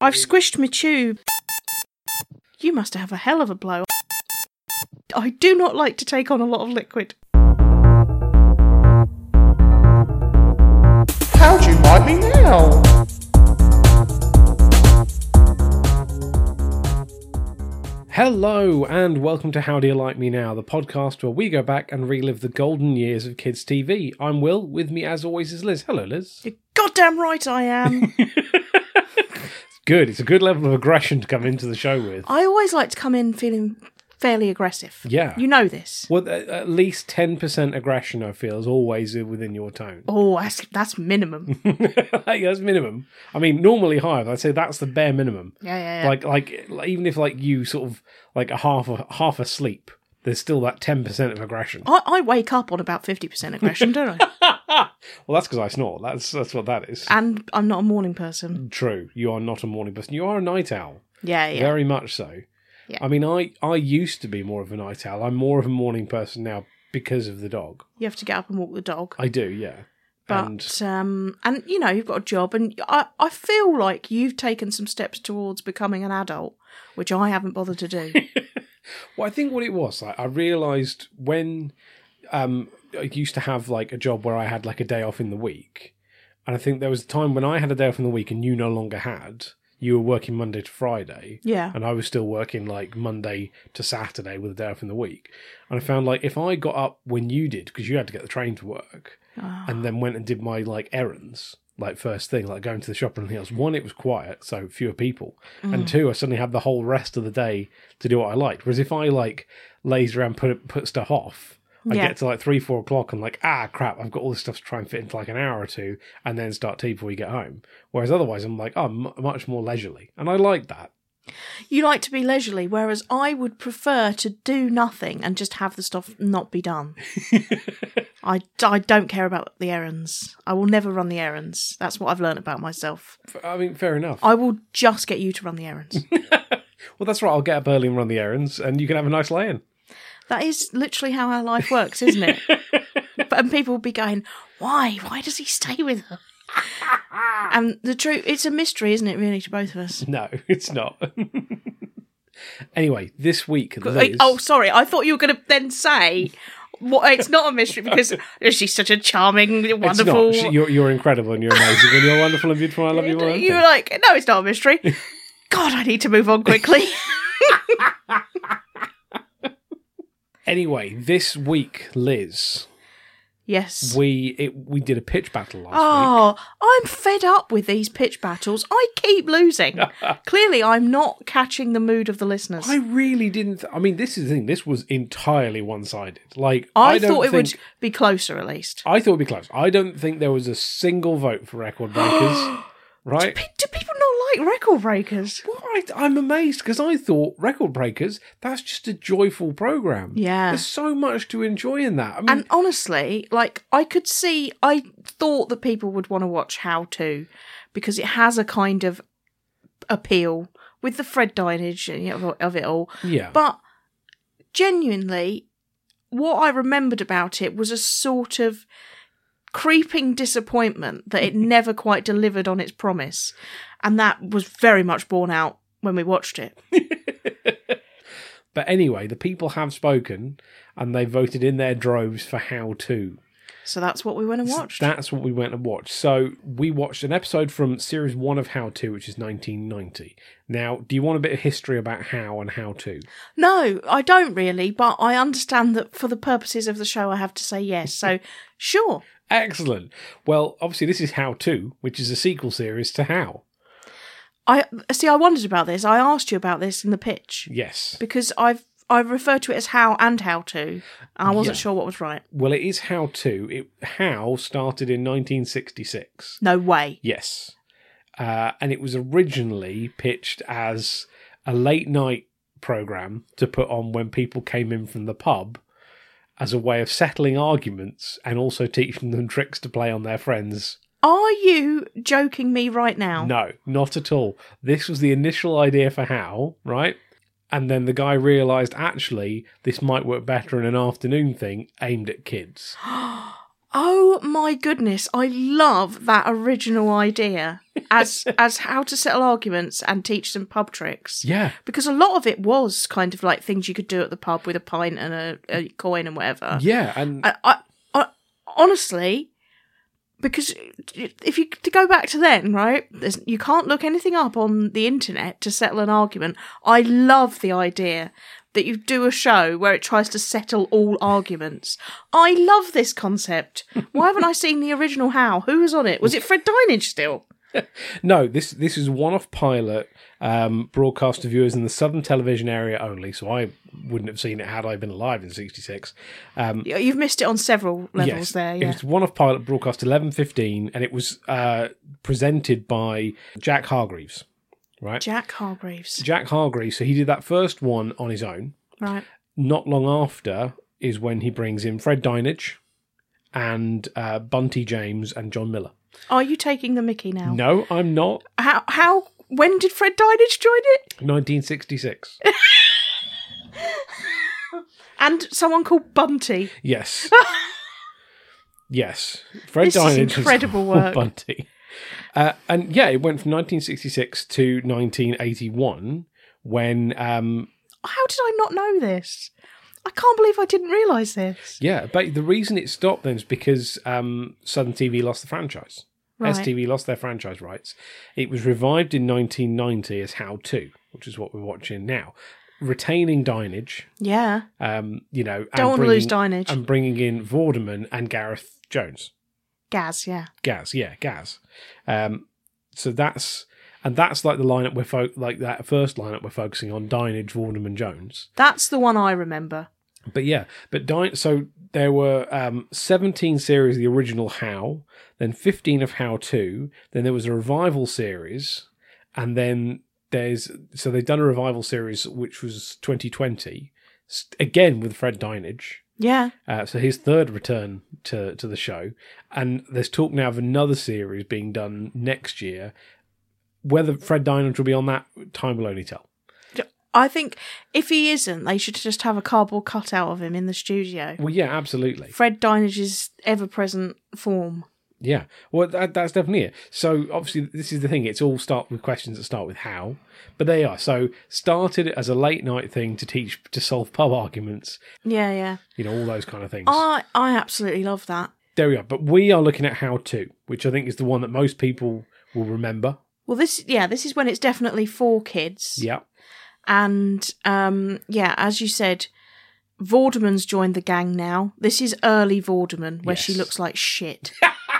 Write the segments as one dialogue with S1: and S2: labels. S1: I've squished my tube. You must have a hell of a blow. I do not like to take on a lot of liquid.
S2: How'd you mind me now?
S3: Hello, and welcome to How Do You Like Me Now, the podcast where we go back and relive the golden years of kids' TV. I'm Will, with me as always is Liz. Hello, Liz.
S1: You're goddamn right I am.
S3: Good, it's a good level of aggression to come into the show with.
S1: I always like to come in feeling fairly aggressive.
S3: Yeah.
S1: You know this.
S3: Well, a- at least 10% aggression, I feel, is always within your tone.
S1: Oh, that's, that's minimum.
S3: like, that's minimum. I mean, normally higher, but I'd say that's the bare minimum.
S1: Yeah, yeah, yeah.
S3: Like, like, like, even if like you sort of like a half a half asleep, there's still that ten percent of aggression.
S1: I, I wake up on about 50% aggression, don't I?
S3: Well, that's because I snore. That's that's what that is.
S1: And I'm not a morning person.
S3: True, you are not a morning person. You are a night owl,
S1: Yeah, yeah.
S3: very much so.
S1: Yeah.
S3: I mean, I I used to be more of a night owl. I'm more of a morning person now because of the dog.
S1: You have to get up and walk the dog.
S3: I do, yeah. and
S1: But um, and you know you've got a job, and I I feel like you've taken some steps towards becoming an adult, which I haven't bothered to do.
S3: Well, I think what it was, like, I realised when um, I used to have like a job where I had like a day off in the week, and I think there was a time when I had a day off in the week and you no longer had. You were working Monday to Friday,
S1: yeah,
S3: and I was still working like Monday to Saturday with a day off in the week. And I found like if I got up when you did, because you had to get the train to work, and then went and did my like errands, like first thing, like going to the shop and anything else. One, it was quiet, so fewer people, and two, I suddenly had the whole rest of the day to do what I liked. Whereas if I like laze around, put put stuff off. I
S1: Yeah.
S3: get to like three, four o'clock, and like, ah, crap, I've got all this stuff to try and fit into like an hour or two, and then start tea before you get home. Whereas otherwise, I'm like, oh, m- much more leisurely, and I like that.
S1: you like to be leisurely, whereas I would prefer to do nothing and just have the stuff not be done. I, I don't care about the errands. I will never run the errands. That's what I've learned about myself.
S3: F- I mean, fair enough.
S1: I will just get you to run the errands.
S3: Well, that's right. I'll get up early and run the errands, and you can have a nice lay in.
S1: that is literally how our life works, isn't it? but, and people will be going, why? Why does he stay with her? and the truth, it's a mystery, isn't it, really, to both of us?
S3: No, it's not. anyway, this week, Liz,
S1: Oh, sorry. I thought you were going to then say. Well, it's not a mystery because she's such a charming,
S3: it's
S1: wonderful.
S3: not. She- You're, you're incredible and you're amazing and you're wonderful and beautiful. and I love you. all
S1: you were
S3: over.
S1: like, no, it's not a mystery. God, I need to move on quickly.
S3: Anyway, this week, Liz,
S1: yes.
S3: we it, we did a pitch battle last week.
S1: Oh, I'm fed up with these pitch battles. I keep losing. Clearly, I'm not catching the mood of the listeners.
S3: I really didn't. Th- I mean, this is the thing. This was entirely one sided. Like
S1: I
S3: I, don't
S1: thought it
S3: think,
S1: would be closer, at least.
S3: I thought it'd be close. I don't think there was a single vote for record breakers. right?
S1: Pe- Do people not like record breakers?
S3: Well, I, I'm amazed because I thought Record Breakers, that's just a joyful program.
S1: Yeah.
S3: There's so much to enjoy in that. I mean,
S1: And honestly, like I could see, I thought that people would want to watch How To because it has a kind of appeal with the Fred Dinage and you know, of it all.
S3: yeah.
S1: But genuinely, what I remembered about it was a sort of creeping disappointment that it never quite delivered on its promise, and that was very much borne out when we watched it.
S3: but anyway, the people have spoken and they voted in their droves for How To.
S1: So that's what we went and watched.
S3: That's what we went and watched. So we watched an episode from series one of How To, which is 1990. Now, do you want a bit of history about How and How To?
S1: No, I don't really, but I understand that for the purposes of the show, I have to say yes. So, sure.
S3: Excellent. Well, obviously, this is How To, which is a sequel series to How.
S1: I see. I wondered about this. I asked you about this in the pitch
S3: Yes.
S1: because I've I refer to it as how and how to. I wasn't
S3: Yeah.
S1: sure what was right.
S3: Well, it is How To. It, how started in 1966.
S1: No way.
S3: Yes. Uh, and it was originally pitched as a late night program to put on when people came in from the pub as a way of settling arguments and also teaching them tricks to play on their friends.
S1: Are you joking me right now?
S3: No, not at all. This was the initial idea for how, right? And then the guy realized actually this might work better in an afternoon thing aimed at kids.
S1: Oh my goodness, I love that original idea as as how to settle arguments and teach some pub tricks.
S3: Yeah.
S1: Because a lot of it was kind of like things you could do at the pub with a pint and a, a coin and whatever.
S3: Yeah. And
S1: I, I, I honestly, because if you to go back to then, right? There's, you can't look anything up on the internet to settle an argument. I love the idea that you do a show where it tries to settle all arguments. I love this concept. Why haven't I seen the original? How? Who was on it? Was it Fred Dinage still?
S3: no, this this is one off pilot um, broadcast to viewers in the Southern television area only. So I wouldn't have seen it had I been alive in '66.
S1: You- You've missed it on several levels there.
S3: Mm. It
S1: Yeah.
S3: was one off pilot broadcast eleven fifteen, and it was uh, presented by Jack Hargreaves.
S1: Jack Hargreaves.
S3: Jack Hargreaves. So he did that first one on his own.
S1: Right.
S3: Not long after is when he brings in Fred Dinage and uh, Bunty James and John Miller.
S1: Are you taking the mickey now?
S3: No, I'm not.
S1: How how when did Fred Dinage join it?
S3: 1966.
S1: and someone called Bunty.
S3: Yes. yes. Fred
S1: This is
S3: Dinage was
S1: incredible
S3: called
S1: work.
S3: Bunty. Uh, and yeah, it went from 1966 to 1981 when, um,
S1: How did I not know this? I can't believe I didn't realise this.
S3: yeah, but the reason it stopped then is because um, Southern TV lost the franchise.
S1: Right.
S3: STV lost their franchise rights. It was revived in 1990 as How To, which is what we're watching now. Retaining Dinage,
S1: Yeah.
S3: um, you know, and
S1: Don't want to
S3: bringing,
S1: lose Dinage.
S3: and bringing in Vorderman and Gareth Jones.
S1: Gaz, yeah.
S3: Gaz, yeah, Gaz. Um, so that's and that's like the lineup we're fo- like that first lineup we're focusing on Dinage, Vorderman, Jones.
S1: That's the one I remember.
S3: But yeah, but Din- so there were um, 17 series of the original How, then 15 of How 2, then there was a revival series, and then there's so they've done a revival series which was 2020 s- again with Fred Dinage.
S1: Yeah.
S3: Uh, so his third return to, to the show, and there's talk now of another series being done next year. Whether Fred Dinage will be on that, time will only tell.
S1: I think if he isn't, they should just have a cardboard cutout of him in the studio.
S3: Well, yeah, absolutely.
S1: Fred Dinage's ever present form.
S3: Yeah, well, that, that's definitely it. So obviously, this is the thing. It's all start with questions that start with how, but they are so started as a late night thing to teach to solve pub arguments.
S1: Yeah, yeah.
S3: You know, all those kind of things.
S1: I I absolutely love that.
S3: there we are. But we are looking at how to, which I think is the one that most people will remember.
S1: Well this yeah, this is when it's definitely for kids.
S3: Yeah,
S1: And um, yeah, as you said, Vorderman's joined the gang now. This is early Vorderman, where she
S3: Yes.
S1: looks like shit.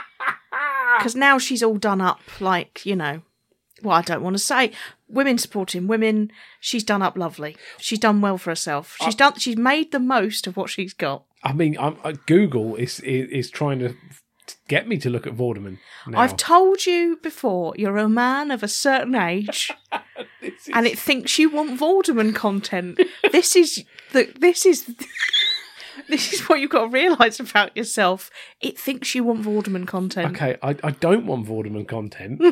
S1: Because now she's all done up, like, you know, well, I don't want to say. Women supporting women. She's done up lovely. She's done well for herself. She's done. She's made the most of what she's got.
S3: I mean, I'm, I, Google is, is is trying to get me to look at Vorderman. Now.
S1: I've told you before, you're a man of a certain age,
S3: It's-
S1: and it thinks you want Vorderman content. this is the this is this is what you've got to realise about yourself. It thinks you want Vorderman content.
S3: okay, I, I don't want Vorderman content,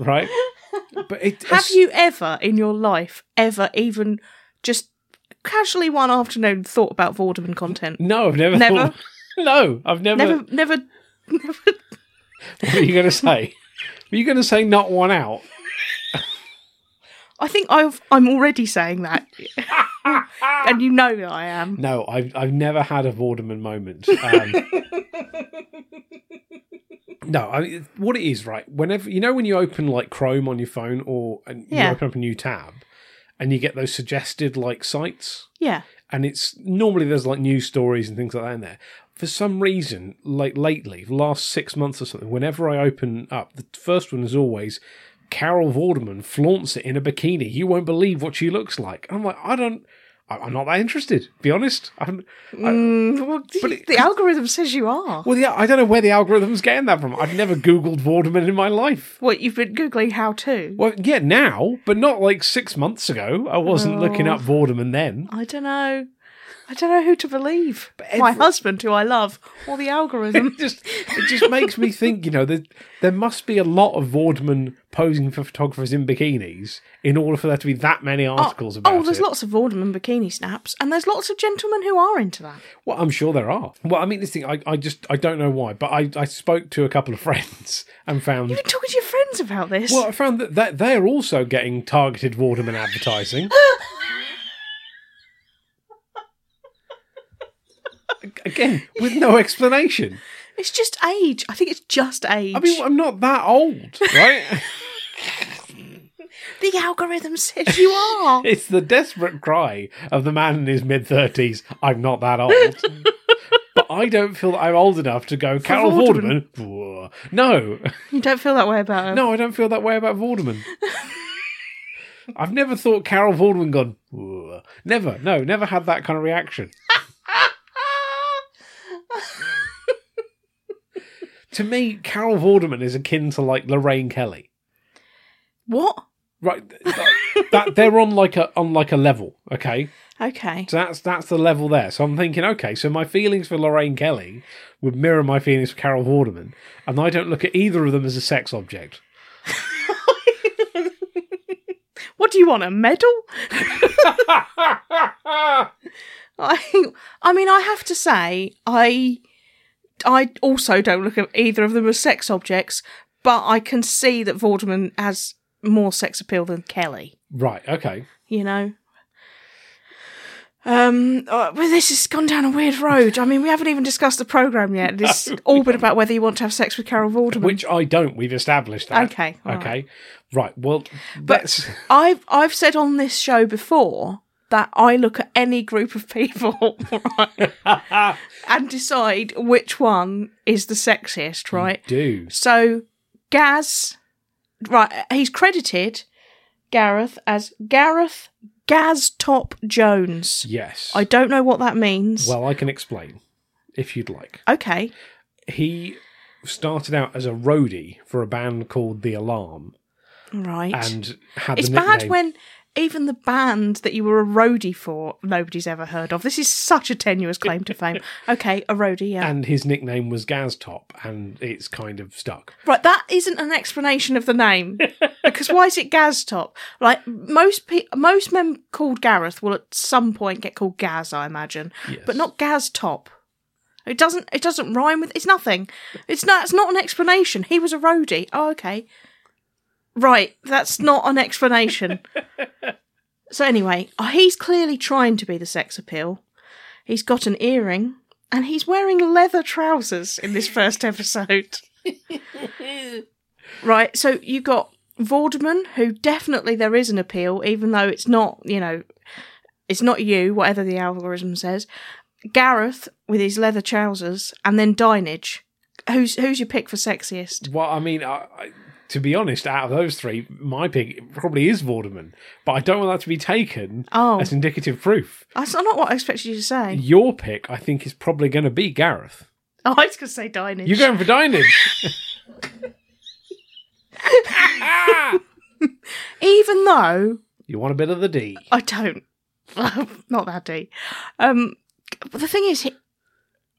S3: right? But it,
S1: Have you ever in your life ever even just casually one afternoon thought about Vorderman content?
S3: No, I've never.
S1: Never?
S3: Thought, no, I've never.
S1: Never, never.
S3: What are you going to say? Were you going to say not one out?
S1: I think I've, I'm already saying that, and you know that I am.
S3: No, I've I've never had a Vorderman moment. Um, no, I mean, what it is, right? Whenever you know when you open like Chrome on your phone or and
S1: Yeah.
S3: you open up a new tab, and you get those suggested like sites,
S1: Yeah,
S3: and it's normally there's like news stories and things like that in there. For some reason, like lately, the last six months or something, whenever I open up, the first one is always Carol Vorderman flaunts it in a bikini. You won't believe what she looks like. I'm like, I don't, I- I'm not that interested. Be honest. I'm,
S1: Mm, well,
S3: it-
S1: the algorithm says you are.
S3: well, yeah, I don't know where the algorithm's getting that from. I've never Googled Vorderman in my life.
S1: What you've been googling how to?
S3: Well, yeah, now, but not like six months ago. I wasn't looking
S1: Oh.
S3: up Vorderman then.
S1: I don't know. I don't know who to believe. My husband, who I love, or the algorithm.
S3: It just it just makes me think, you know, there there must be a lot of Vordman posing for photographers in bikinis in order for there to be that many articles about
S1: oh, there's
S3: it.
S1: lots of Vorderman bikini snaps, and there's lots of gentlemen who are into that.
S3: Well, I'm sure there are. Well, I mean, this thing, I, I just I don't know why, but I I spoke to a couple of friends and found.
S1: You've been talking to your friends about this.
S3: Well, I found that that they're also getting targeted Vorderman advertising. Again, with no explanation.
S1: It's just age. I think it's just age.
S3: I mean, I'm not that old, right?
S1: the algorithm says you are.
S3: It's the desperate cry of the man in his mid thirties. I'm not that old, but I don't feel that I'm old enough to go Carol
S1: Vorderman.
S3: Vorderman. Whoa. No,
S1: you don't feel that way about it.
S3: no, I don't feel that way about Vorderman. I've never thought Carol Vorderman gone. Whoa. Never, no, never had that kind of reaction.
S1: Ah!
S3: to me, Carol Vorderman is akin to like Lorraine Kelly.
S1: What?
S3: Right, th- th- that they're on like a on like a level. Okay,
S1: Okay.
S3: So that's that's the level there. So I'm thinking, okay, so my feelings for Lorraine Kelly would mirror my feelings for Carol Vorderman, and I don't look at either of them as a sex object.
S1: What do you want? A medal? I, I mean, I have to say, I, I also don't look at either of them as sex objects, but I can see that Vorderman has more sex appeal than Kelly.
S3: Right, okay.
S1: You know. Um, uh, well, this has gone down a weird road. I mean, we haven't even discussed the program yet. This all been about whether you want to have sex with Carol Vorderman.
S3: Which I don't. We've established that.
S1: Mm-hmm. Okay, all
S3: Okay. Right. Well, that's
S1: I've I've said on this show before that I look at any group of people right, and decide which one is the
S3: Mm.
S1: sexiest, right?
S3: do.
S1: So Gaz right he's credited Gareth as Gareth Gaz Top Jones.
S3: Yes.
S1: I don't know what that means.
S3: well, I can explain if you'd like.
S1: okay.
S3: He started out as a roadie for a band called The Alarm
S1: Right.
S3: and had
S1: it's
S3: the nickname.
S1: bad when even the band that you were a roadie for nobody's ever heard of. This is such a tenuous claim to fame. Okay, a roadie, yeah.
S3: and his nickname was Gaztop, and it's kind of stuck.
S1: Right, that isn't an explanation of the name because why is it Gaztop? Like most pe- most men called Gareth will at some point get called Gaz, I imagine, but
S3: Yes.
S1: not Gaztop. It doesn't it doesn't rhyme with it's nothing. It's not it's not an explanation. He was a roadie. Oh, okay. Right, that's not an explanation. so anyway, oh, he's clearly trying to be the sex appeal. He's got an earring and he's wearing leather trousers in this first episode. Right, so you got Vorderman, who definitely there is an appeal, even though it's not, you know, it's not you, whatever the algorithm says. Gareth with his leather trousers, and then Dinage. Who's who's your pick for sexiest?
S3: Well, I mean, I, I, to be honest, out of those three, my pick probably is Vorderman, but I don't want that to be taken
S1: Oh.
S3: as indicative proof.
S1: That's not what I expected you to say.
S3: Your pick, I think, is probably going to be Gareth.
S1: Oh, I was going to say Dinage.
S3: You're going for Dinage.
S1: Even though
S3: you want a bit of the D.
S1: I don't. Not that deep. Um, but the thing is, he,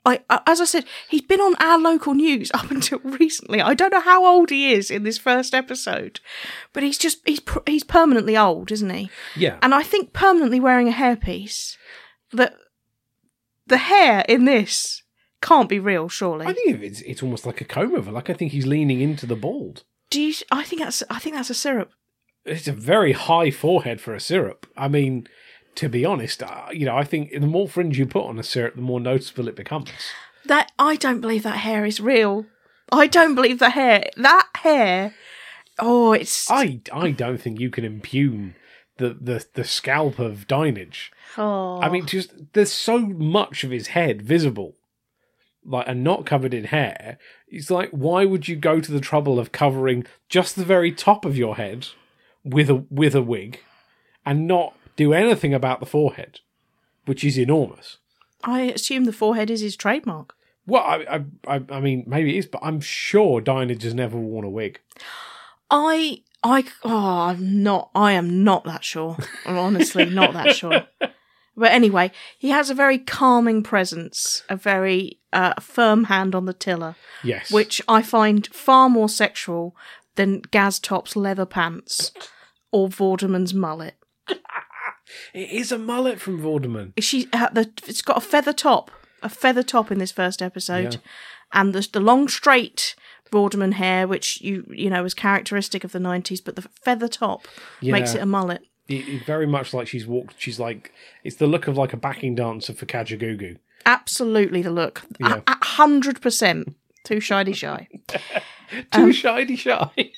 S1: I, I- as I said, he's been on our local news up until recently. I don't know how old he is in this first episode, but he's just he's pr- he's permanently old, isn't he?
S3: Yeah.
S1: And I think permanently wearing a hairpiece. That the hair in this can't be real, surely.
S3: I think it's it's almost like a comb over. Like I think he's leaning into the bald.
S1: Do you? I think that's I think that's a syrup.
S3: It's a very high forehead for a syrup. I mean, to be honest, uh, you know, I think the more fringe you put on a syrup, the more noticeable it becomes.
S1: That I don't believe that hair is real. I don't believe the hair. That hair. Oh, it's
S3: I I don't think you can impugn the the, the scalp of Dinage.
S1: Oh.
S3: I mean, just there's so much of his head visible, like and not covered in hair. It's like why would you go to the trouble of covering just the very top of your head with a with a wig, and not do anything about the forehead, which is enormous.
S1: I assume the forehead is his trademark.
S3: Well, I I I, I mean maybe it is, but I'm sure Dinage has never worn a wig.
S1: I, I, oh, I'm not, I am not that sure. I'm honestly not that sure. But anyway, he has a very calming presence, a very uh, firm hand on the tiller,
S3: Yes.
S1: which I find far more sexual than Gaz Top's leather pants or Vorderman's mullet.
S3: it is a mullet from Vorderman.
S1: She, uh, the, it's got a feather top, a feather top in this first episode, and the, the long straight Vorderman hair, which you you know was characteristic of the nineties, but the feather top makes
S3: Yeah.
S1: it a mullet.
S3: It, it very much like she's walked. She's like it's the look of like a backing dancer for Kajagoogoo.
S1: Absolutely, the look,
S3: Yeah.
S1: a a hundred percent. Too shiny shy. Um,
S3: Too shiny shy.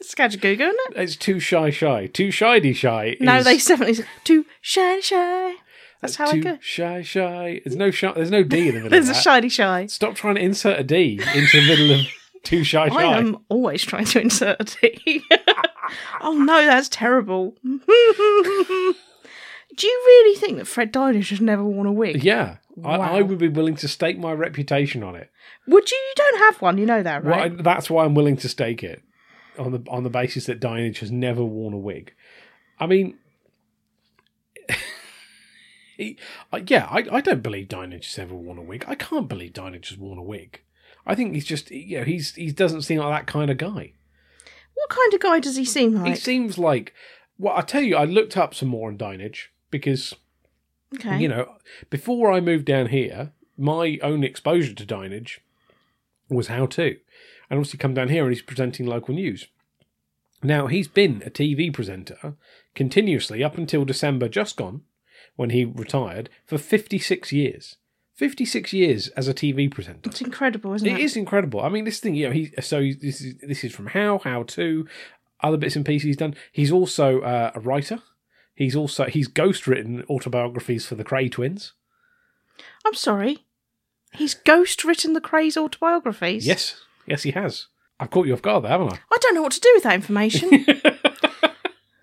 S1: It's Skagagooga, isn't it?
S3: it's too shy shy. Too shiny shy.
S1: No,
S3: is-
S1: they definitely too shiny shy. That's how
S3: too
S1: I go.
S3: Shy shy. There's no shy. There's no D in the middle.
S1: There's
S3: of
S1: a
S3: that.
S1: shiny shy.
S3: Stop trying to insert a D into the middle of too shy shy.
S1: I am always trying to insert a T. oh no, that's terrible. Do you really think that Fred Dyler should never worn a wig?
S3: Yeah, I, I
S1: Wow.
S3: would be willing to stake my reputation on it.
S1: Would you? You don't have one. You know that,
S3: Well, I-
S1: right?
S3: that's why I'm willing to stake it on the on the basis that Dinage has never worn a wig. I mean, he, I- yeah, I, I don't believe Dinage has ever worn a wig. I can't believe Dinage has worn a wig. I think he's just you know he's he doesn't seem like that kind of guy.
S1: What kind of guy does he seem like?
S3: He seems like well, I tell you, I looked up some more on Dinage because
S1: okay.
S3: You know, before I moved down here, my own exposure to Dinage was how to. And obviously, come down here and he's presenting local news. Now, he's been a TV presenter continuously up until December just gone, when he retired, for 56 years. 56 years as a TV presenter.
S1: it's incredible, isn't
S3: It
S1: it?
S3: is incredible. I mean, this thing, you know, he so he- this is this is from How How to, other bits and pieces he's done. He's also uh, a writer. He's also he's ghostwritten autobiographies for the Cray twins.
S1: I'm sorry. He's ghost written the Craze autobiographies.
S3: Yes, yes, he has. I've caught you off guard there, haven't I?
S1: I don't know what to do with that information.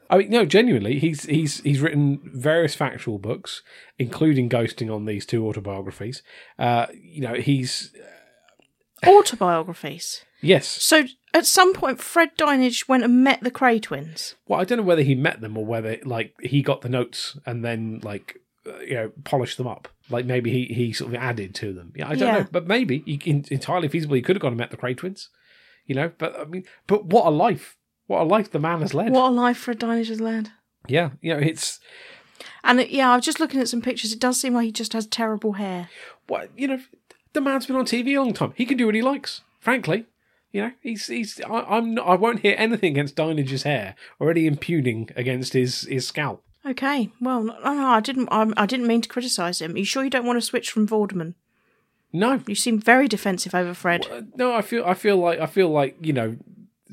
S3: I mean, no, genuinely, he's he's he's written various factual books, including ghosting on these two autobiographies. Uh, you know, he's
S1: autobiographies.
S3: yes.
S1: So at some point, Fred Dynage went and met the Cray twins.
S3: Well, I don't know whether he met them or whether like he got the notes and then like uh, you know polished them up. Like maybe he he sort of added to them. Yeah, I don't
S1: Yeah.
S3: know, but maybe he, in, entirely feasible. He could have gone and met the Cray twins. You know, but I mean, but what a life! What a life the man has led.
S1: What a life Fred Dynage has led.
S3: Yeah, you know, it's
S1: And it, yeah, I was just looking at some pictures. It does seem like he just has terrible hair.
S3: what you know, the man's been on TV a long time. He can do what he likes. Frankly, you know, he's he's. I, I'm not, I won't hear anything against Dynage's hair or any impugning against his his scalp.
S1: Okay, well, no, no, I didn't. um, I, I didn't mean to criticise him. you sure you don't want to switch from Vorderman?
S3: No,
S1: You seem very defensive over Fred.
S3: uh, no. I feel I feel like I feel like you know,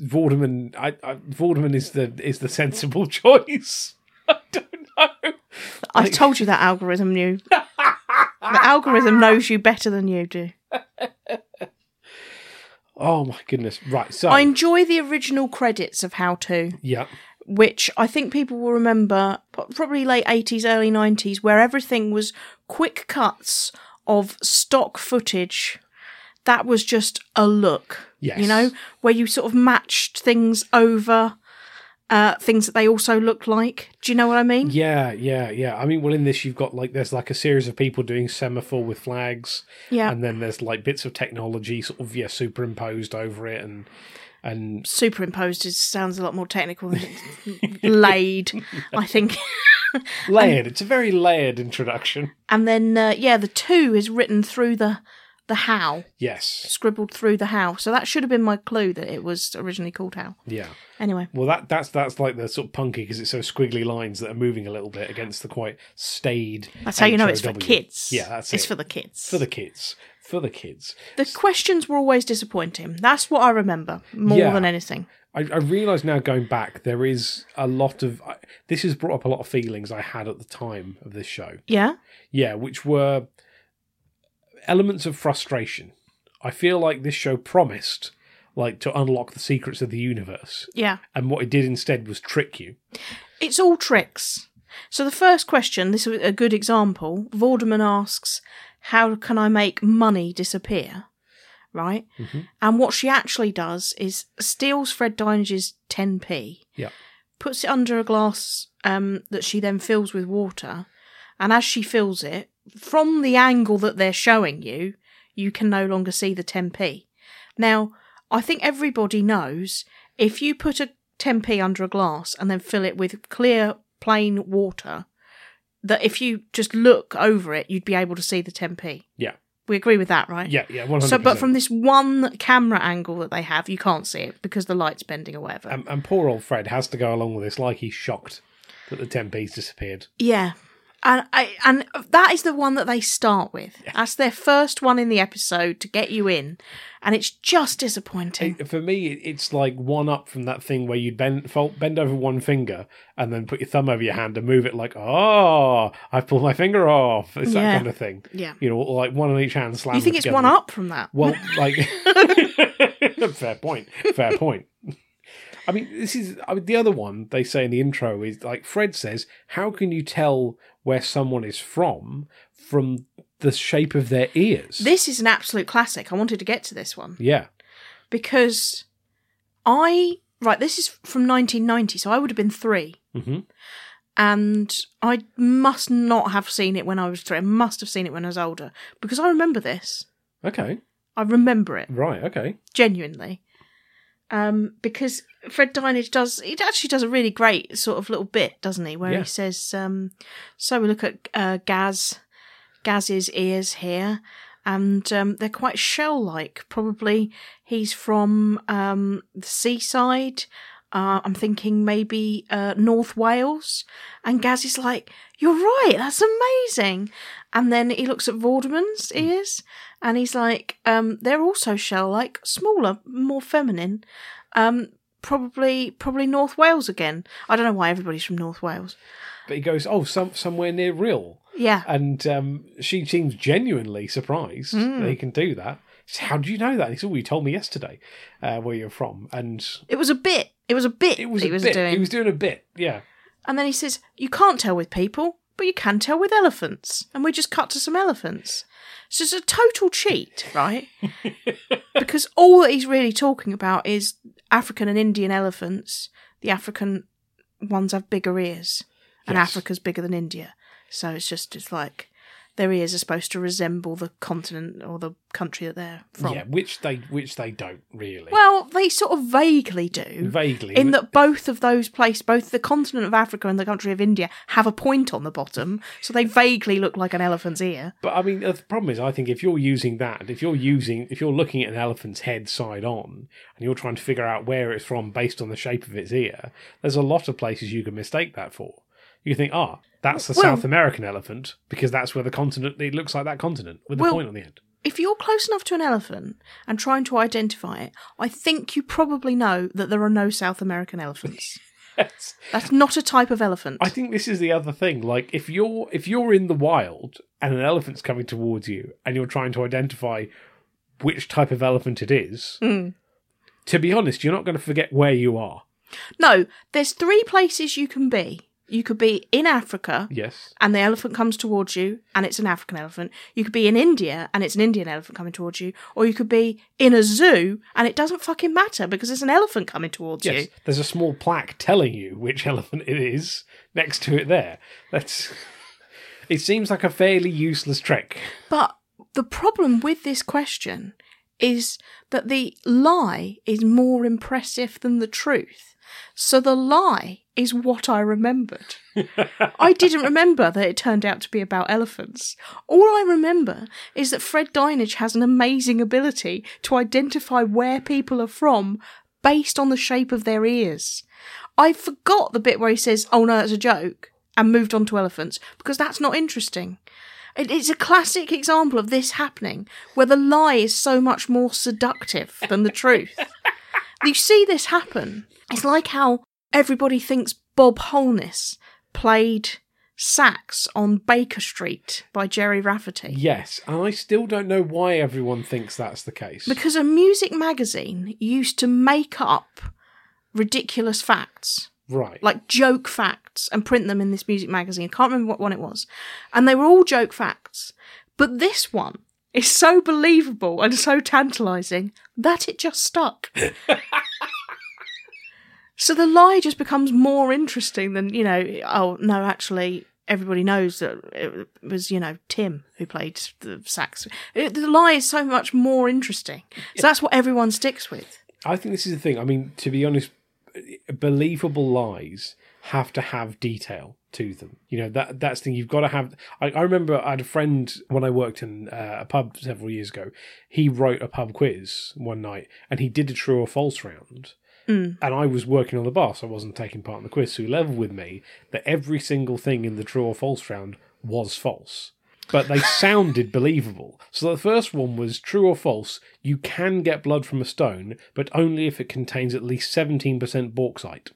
S3: Vorderman. I, I Vorderman is the is the sensible choice. I don't know.
S1: I told you that algorithm knew. the algorithm knows you better than you do.
S3: Oh my goodness! Right, so
S1: I enjoy the original credits of How To.
S3: yeah,
S1: which I think people will remember p- probably late 80s, early 90s, where everything was quick cuts of stock footage. That was just a look.
S3: Yes.
S1: You know, where you sort of matched things over uh, things that they also looked like. Do you know what I mean?
S3: yeah, yeah, yeah. I mean, well, in this you've got like there's like a series of people doing semaphore with flags.
S1: Yeah.
S3: and then there's like bits of technology sort of yeah superimposed over it and and
S1: Superimposed is, sounds a lot more technical than it's laid, I think.
S3: layered it's a very layered introduction
S1: And then, uh, yeah, the two is written through the the how,
S3: yes
S1: scribbled through the how. So that should have been my clue that it was originally called how.
S3: yeah
S1: Anyway,
S3: well that that's that's like the sort of punky because it's so squiggly lines that are moving a little bit against the quite staid
S1: that's how you know it's for
S3: HOW.
S1: kids.
S3: yeah that's
S1: it's
S3: it
S1: for the kids.
S3: for the kids for the kids
S1: the questions were always disappointing. That's what I remember more
S3: Yeah.
S1: than anything.
S3: I, I realise now going back, there is a lot of. I, this has brought up a lot of feelings I had at the time of this show.
S1: Yeah,
S3: Yeah, which were elements of frustration. I feel like this show promised like to unlock the secrets of the universe
S1: yeah.
S3: and what it did instead was trick you.
S1: It's all tricks. So the first question, this is a good example. Vorderman asks, "How can I make money disappear?" Right,
S3: Mm-hmm.
S1: and what she actually does is steals Fred Dynage's 10p,
S3: Yeah.
S1: puts it under a glass um, that she then fills with water, and as she fills it, from the angle that they're showing you, you can no longer see the 10p. Now, I think everybody knows if you put a 10p under a glass and then fill it with clear, plain water, that if you just look over it, you'd be able to see the 10p.
S3: Yeah.
S1: We agree with that, right?
S3: Yeah, yeah, one hundred.
S1: So, but from this one camera angle that they have, you can't see it because the light's bending or whatever.
S3: and, and poor old Fred has to go along with this like he's shocked that the ten p's disappeared.
S1: Yeah. And I and that is the one that they start with. That's their first one in the episode to get you in, and it's just disappointing.
S3: It- for me, it- it's like one up from that thing where you bend fold, bend over one finger and then put your thumb over your hand and move it like, oh, I've pulled my finger off. It's that
S1: Yeah.
S3: kind of thing.
S1: yeah,
S3: You know, or like one on each hand. Slam.
S1: you think
S3: them
S1: it's
S3: together.
S1: one up from that?
S3: Well, like, fair point. Fair point. I mean, this is I mean, the other one they say in the intro is like Fred says, "How can you tell where someone is from from the shape of their ears?"
S1: This is an absolute classic. I wanted to get to this one
S3: yeah,
S1: because I right. This is from 1990, so I would have been three,
S3: hmm
S1: and I must not have seen it when I was three. I must have seen it when I was older because I remember this.
S3: okay,
S1: I remember it.
S3: right, okay,
S1: genuinely. Um, because Fred Dinage does he actually does a really great sort of little bit, doesn't he? Where
S3: Yeah.
S1: he says, um, "So we look at uh, Gaz, Gaz's ears here, and um, they're quite shell-like. Probably he's from um, the seaside. Uh, I'm thinking maybe uh, North Wales." And Gaz is like, "You're right. That's amazing." And then he looks at Vorderman's ears, and he's like, um, "They're also shell-like, smaller, more feminine." Um, probably, probably North Wales again. I don't know why everybody's from North Wales.
S3: but he goes, "Oh, some somewhere near real,"
S1: Yeah,
S3: and um, she seems genuinely surprised that he
S1: Hmm.
S3: can do that. She says, How do you know that? And he said, "Well, you told me yesterday uh, where you're from," and
S1: it was a bit. It was a bit.
S3: it was
S1: he
S3: a
S1: was
S3: bit.
S1: doing.
S3: He was doing a bit, yeah.
S1: And then he says, "You can't tell with people, but you can tell with elephants." And we just cut to some elephants. So it's a total cheat, right? because all that he's really talking about is African and Indian elephants. The African ones have bigger ears, and
S3: Yes.
S1: Africa's bigger than India. So it's just it's like their ears are supposed to resemble the continent or the country that they're from.
S3: Yeah, which they which they don't really.
S1: Well, they sort of vaguely do.
S3: Vaguely.
S1: in that both of those places, both the continent of Africa and the country of India, have a point on the bottom, so they vaguely look like an elephant's ear.
S3: but I mean, the problem is, I think if you're using that, if you're using, if you're looking at an elephant's head side on, and you're trying to figure out where it's from based on the shape of its ear, there's a lot of places you can mistake that for. You think, ah, that's the
S1: Well-
S3: South American elephant because that's where the continent. It looks like that continent with the
S1: Well-
S3: point on the end.
S1: If you're close enough to an elephant and trying to identify it, I think you probably know that there are no South American elephants.
S3: Yes.
S1: That's not a type of elephant.
S3: I think this is the other thing. Like, if you're if you're in the wild and an elephant's coming towards you, and you're trying to identify which type of elephant it is,
S1: Mm.
S3: to be honest, you're not going to forget where you are.
S1: No, there's three places you can be. You could be in Africa,
S3: Yes.
S1: and the elephant comes towards you and it's an African elephant. You could be in India and it's an Indian elephant coming towards you, or you could be in a zoo and it doesn't fucking matter because it's an elephant coming towards
S3: Yes.
S1: you.
S3: There's a small plaque telling you which elephant it is next to it. There. That's. It seems like a fairly useless trick.
S1: But the problem with this question is that the lie is more impressive than the truth. So the lie is what I remembered. I didn't remember that it turned out to be about elephants. All I remember is that Fred Dinage has an amazing ability to identify where people are from based on the shape of their ears. I forgot the bit where he says, "Oh no, that's a joke," and moved on to elephants because that's not interesting. It- It's a classic example of this happening, where the lie is so much more seductive than the truth. you see this happen. It's like how everybody thinks Bob Holness played sax on Baker Street by Jerry Rafferty.
S3: Yes, and I still don't know why everyone thinks that's the case.
S1: Because a music magazine used to make up ridiculous facts.
S3: right.
S1: like joke facts and print them in this music magazine. I can't remember what one it was. And they were all joke facts. But this one is so believable and so tantalizing that it just stuck. so the lie just becomes more interesting than, you know, oh, no, actually, everybody knows that it was you know Tim who played the sax. It, the lie is so much more interesting. So that's what everyone sticks with.
S3: I think this is the thing. I mean, to be honest, believable lies have to have detail to them. You know that that's the thing. You've got to have. I, I remember I had a friend when I worked in uh, a pub several years ago. He wrote a pub quiz one night, and he did a true or false round. And I was working on the bar, so I wasn't taking part in the quiz. So he leveled with me that every single thing in the true or false round was false. But they sounded believable. So the first one was true or false, you can get blood from a stone, but only if it contains at least 17% bauxite.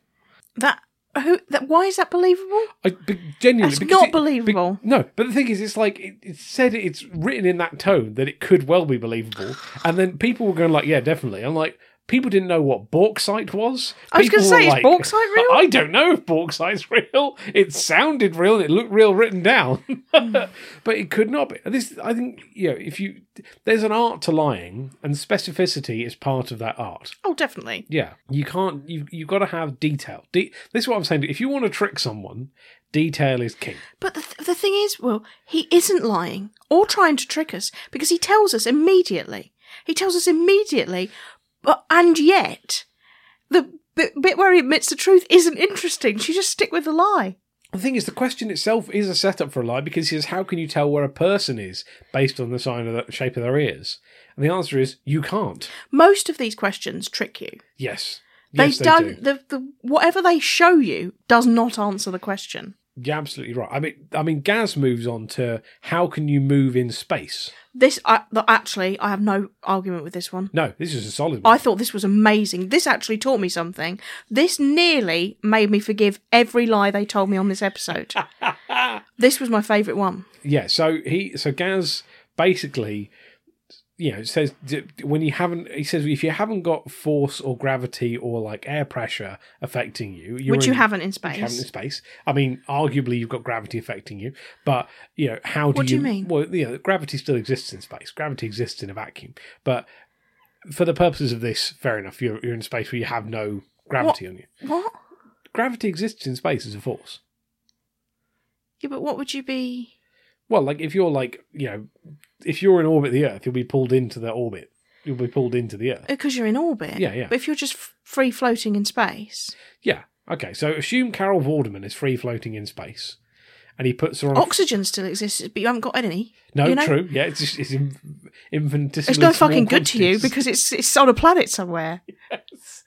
S1: That who that why is that believable?
S3: I, but genuinely,
S1: That's
S3: because
S1: not
S3: it-
S1: believable.
S3: be- no, but the thing is, it's like it, it's said, it's written in that tone that it could well be believable, and then people were going like, "Yeah, definitely." I'm like, people didn't know what bauxite was.
S1: I was
S3: People
S1: gonna say,
S3: were
S1: is bauxite real?
S3: I don't know if bauxite's real. It sounded real and it looked real written down, but it could not be. This, I think, you know, if you there's an art to lying, and specificity is part of that art.
S1: Oh, definitely.
S3: Yeah, you can't. You you've got to have detail. De- this is what I'm saying. If you want to trick someone, detail is king.
S1: But the, th- the thing is, well, he isn't lying or trying to trick us because he tells us immediately. He tells us immediately, but and yet, the bit, bit where he admits the truth isn't interesting. So you just stick with the lie.
S3: The thing is, the question itself is a setup for a lie because he says, "How can you tell where a person is based on the sign of the shape of their ears?" And the answer is, you can't.
S1: Most of these questions trick you.
S3: Yes,
S1: They
S3: yes,
S1: don't.
S3: do.
S1: The, the whatever they show you does not answer the question.
S3: You're absolutely right. I mean, I mean, Gaz moves on to how can you move in space?
S1: This, I, th- actually, I have no argument with this one.
S3: No, this is a solid. One.
S1: I thought this was amazing. This actually taught me something. This nearly made me forgive every lie they told me on this episode. this was my favourite one.
S3: yeah so he so gaz basically you know says d- when you haven't he says if you haven't got force or gravity or like air pressure affecting you you're
S1: which you
S3: in-
S1: haven't in
S3: which you haven't in
S1: space.
S3: space i mean arguably you've got gravity affecting you but you know how do
S1: What do
S3: you
S1: you mean?
S3: well you know gravity still exists in space gravity exists in a vacuum but for the purposes of this fair enough you're, you're in space where you have no gravity on you
S1: What?
S3: gravity exists in space as a force
S1: Yeah, but what would you be?
S3: Well, like if you're like you know, if you're in orbit the Earth, you'll be pulled into the orbit. You'll be pulled into the Earth.
S1: Because uh, you're in orbit.
S3: Yeah, yeah.
S1: But if you're just f- free floating in space,
S3: Yeah. Okay. So assume Carol Vorderman is free floating in space, and he puts her on. a-
S1: oxygen still exists, but you haven't got any.
S3: no,
S1: you know?
S3: true. Yeah, it's just, it's in- infinitesimally.
S1: It's no
S3: small
S1: fucking good to you
S3: quantities.
S1: because it's it's on a planet somewhere.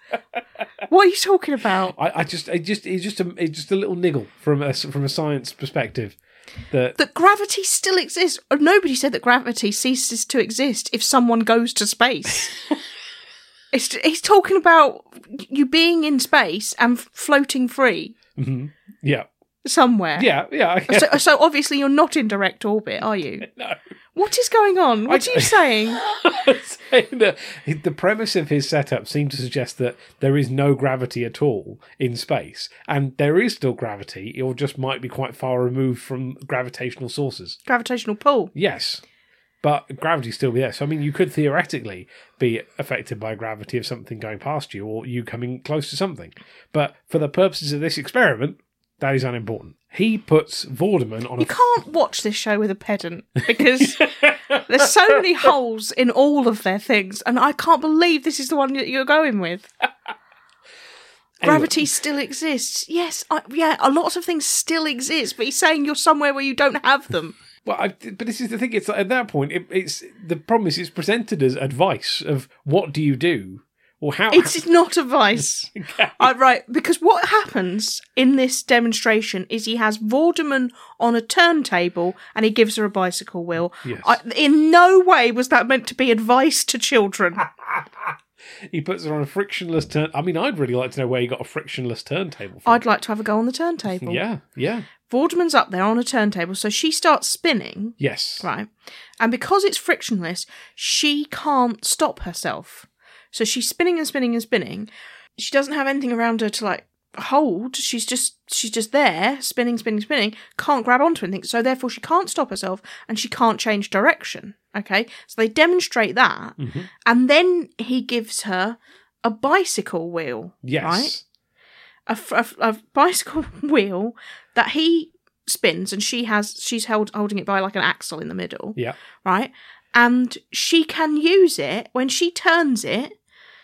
S1: what are you talking about?
S3: I, I just, it just, it's just a, it's just a little niggle from a from a science perspective. That
S1: That gravity still exists. Oh, Nobody said that gravity ceases to exist if someone goes to space. it's he's talking about you being in space and floating free
S3: Mhm. yeah,
S1: somewhere.
S3: yeah, yeah. okay.
S1: So, so obviously you're not in direct orbit, are you?
S3: no.
S1: What is going on? What are you saying?
S3: saying that the premise of his setup seemed to suggest that there is no gravity at all in space, and there is still gravity, it just might be quite far removed from gravitational sources.
S1: Gravitational pull.
S3: Yes, but gravity's still there. So, I mean, you could theoretically be affected by gravity of something going past you or you coming close to something. But for the purposes of this experiment, that is unimportant. He puts Vorderman on
S1: You
S3: a
S1: can't watch this show with a pedant because there's so many holes in all of their things, and I can't believe this is the one that you're going with.
S3: Anyway.
S1: Gravity still exists. Yes, I, yeah, a lot of things still exist, but he's saying you're somewhere where you don't have them.
S3: Well, I, but this is the thing. It's like, at that point, it, it's the problem is it's presented as advice of what do you do or how.
S1: It's not advice. Uh, right, because what happens in this demonstration is he has Vorderman on a turntable and he gives her a bicycle wheel.
S3: Yes.
S1: I, in no way was that meant to be advice to children.
S3: he puts her on a frictionless turn. I mean, I'd really like to know where he got a frictionless turntable from.
S1: I'd like to have a go on the turntable.
S3: yeah, yeah,
S1: Vorderman's up there on a turntable, so she starts spinning,
S3: yes,
S1: right? And because it's frictionless, she can't stop herself. So she's spinning and spinning and spinning. She doesn't have anything around her to like hold. She's just she's just there, spinning, spinning, spinning, can't grab onto anything. So therefore she can't stop herself and she can't change direction. Okay? So they demonstrate that. And then he gives her a bicycle wheel.
S3: yes.
S1: Right? a, f- a f- a bicycle wheel that he spins and she has she's held holding it by like an axle in the middle
S3: Yeah.
S1: right? And she can use it when she turns it.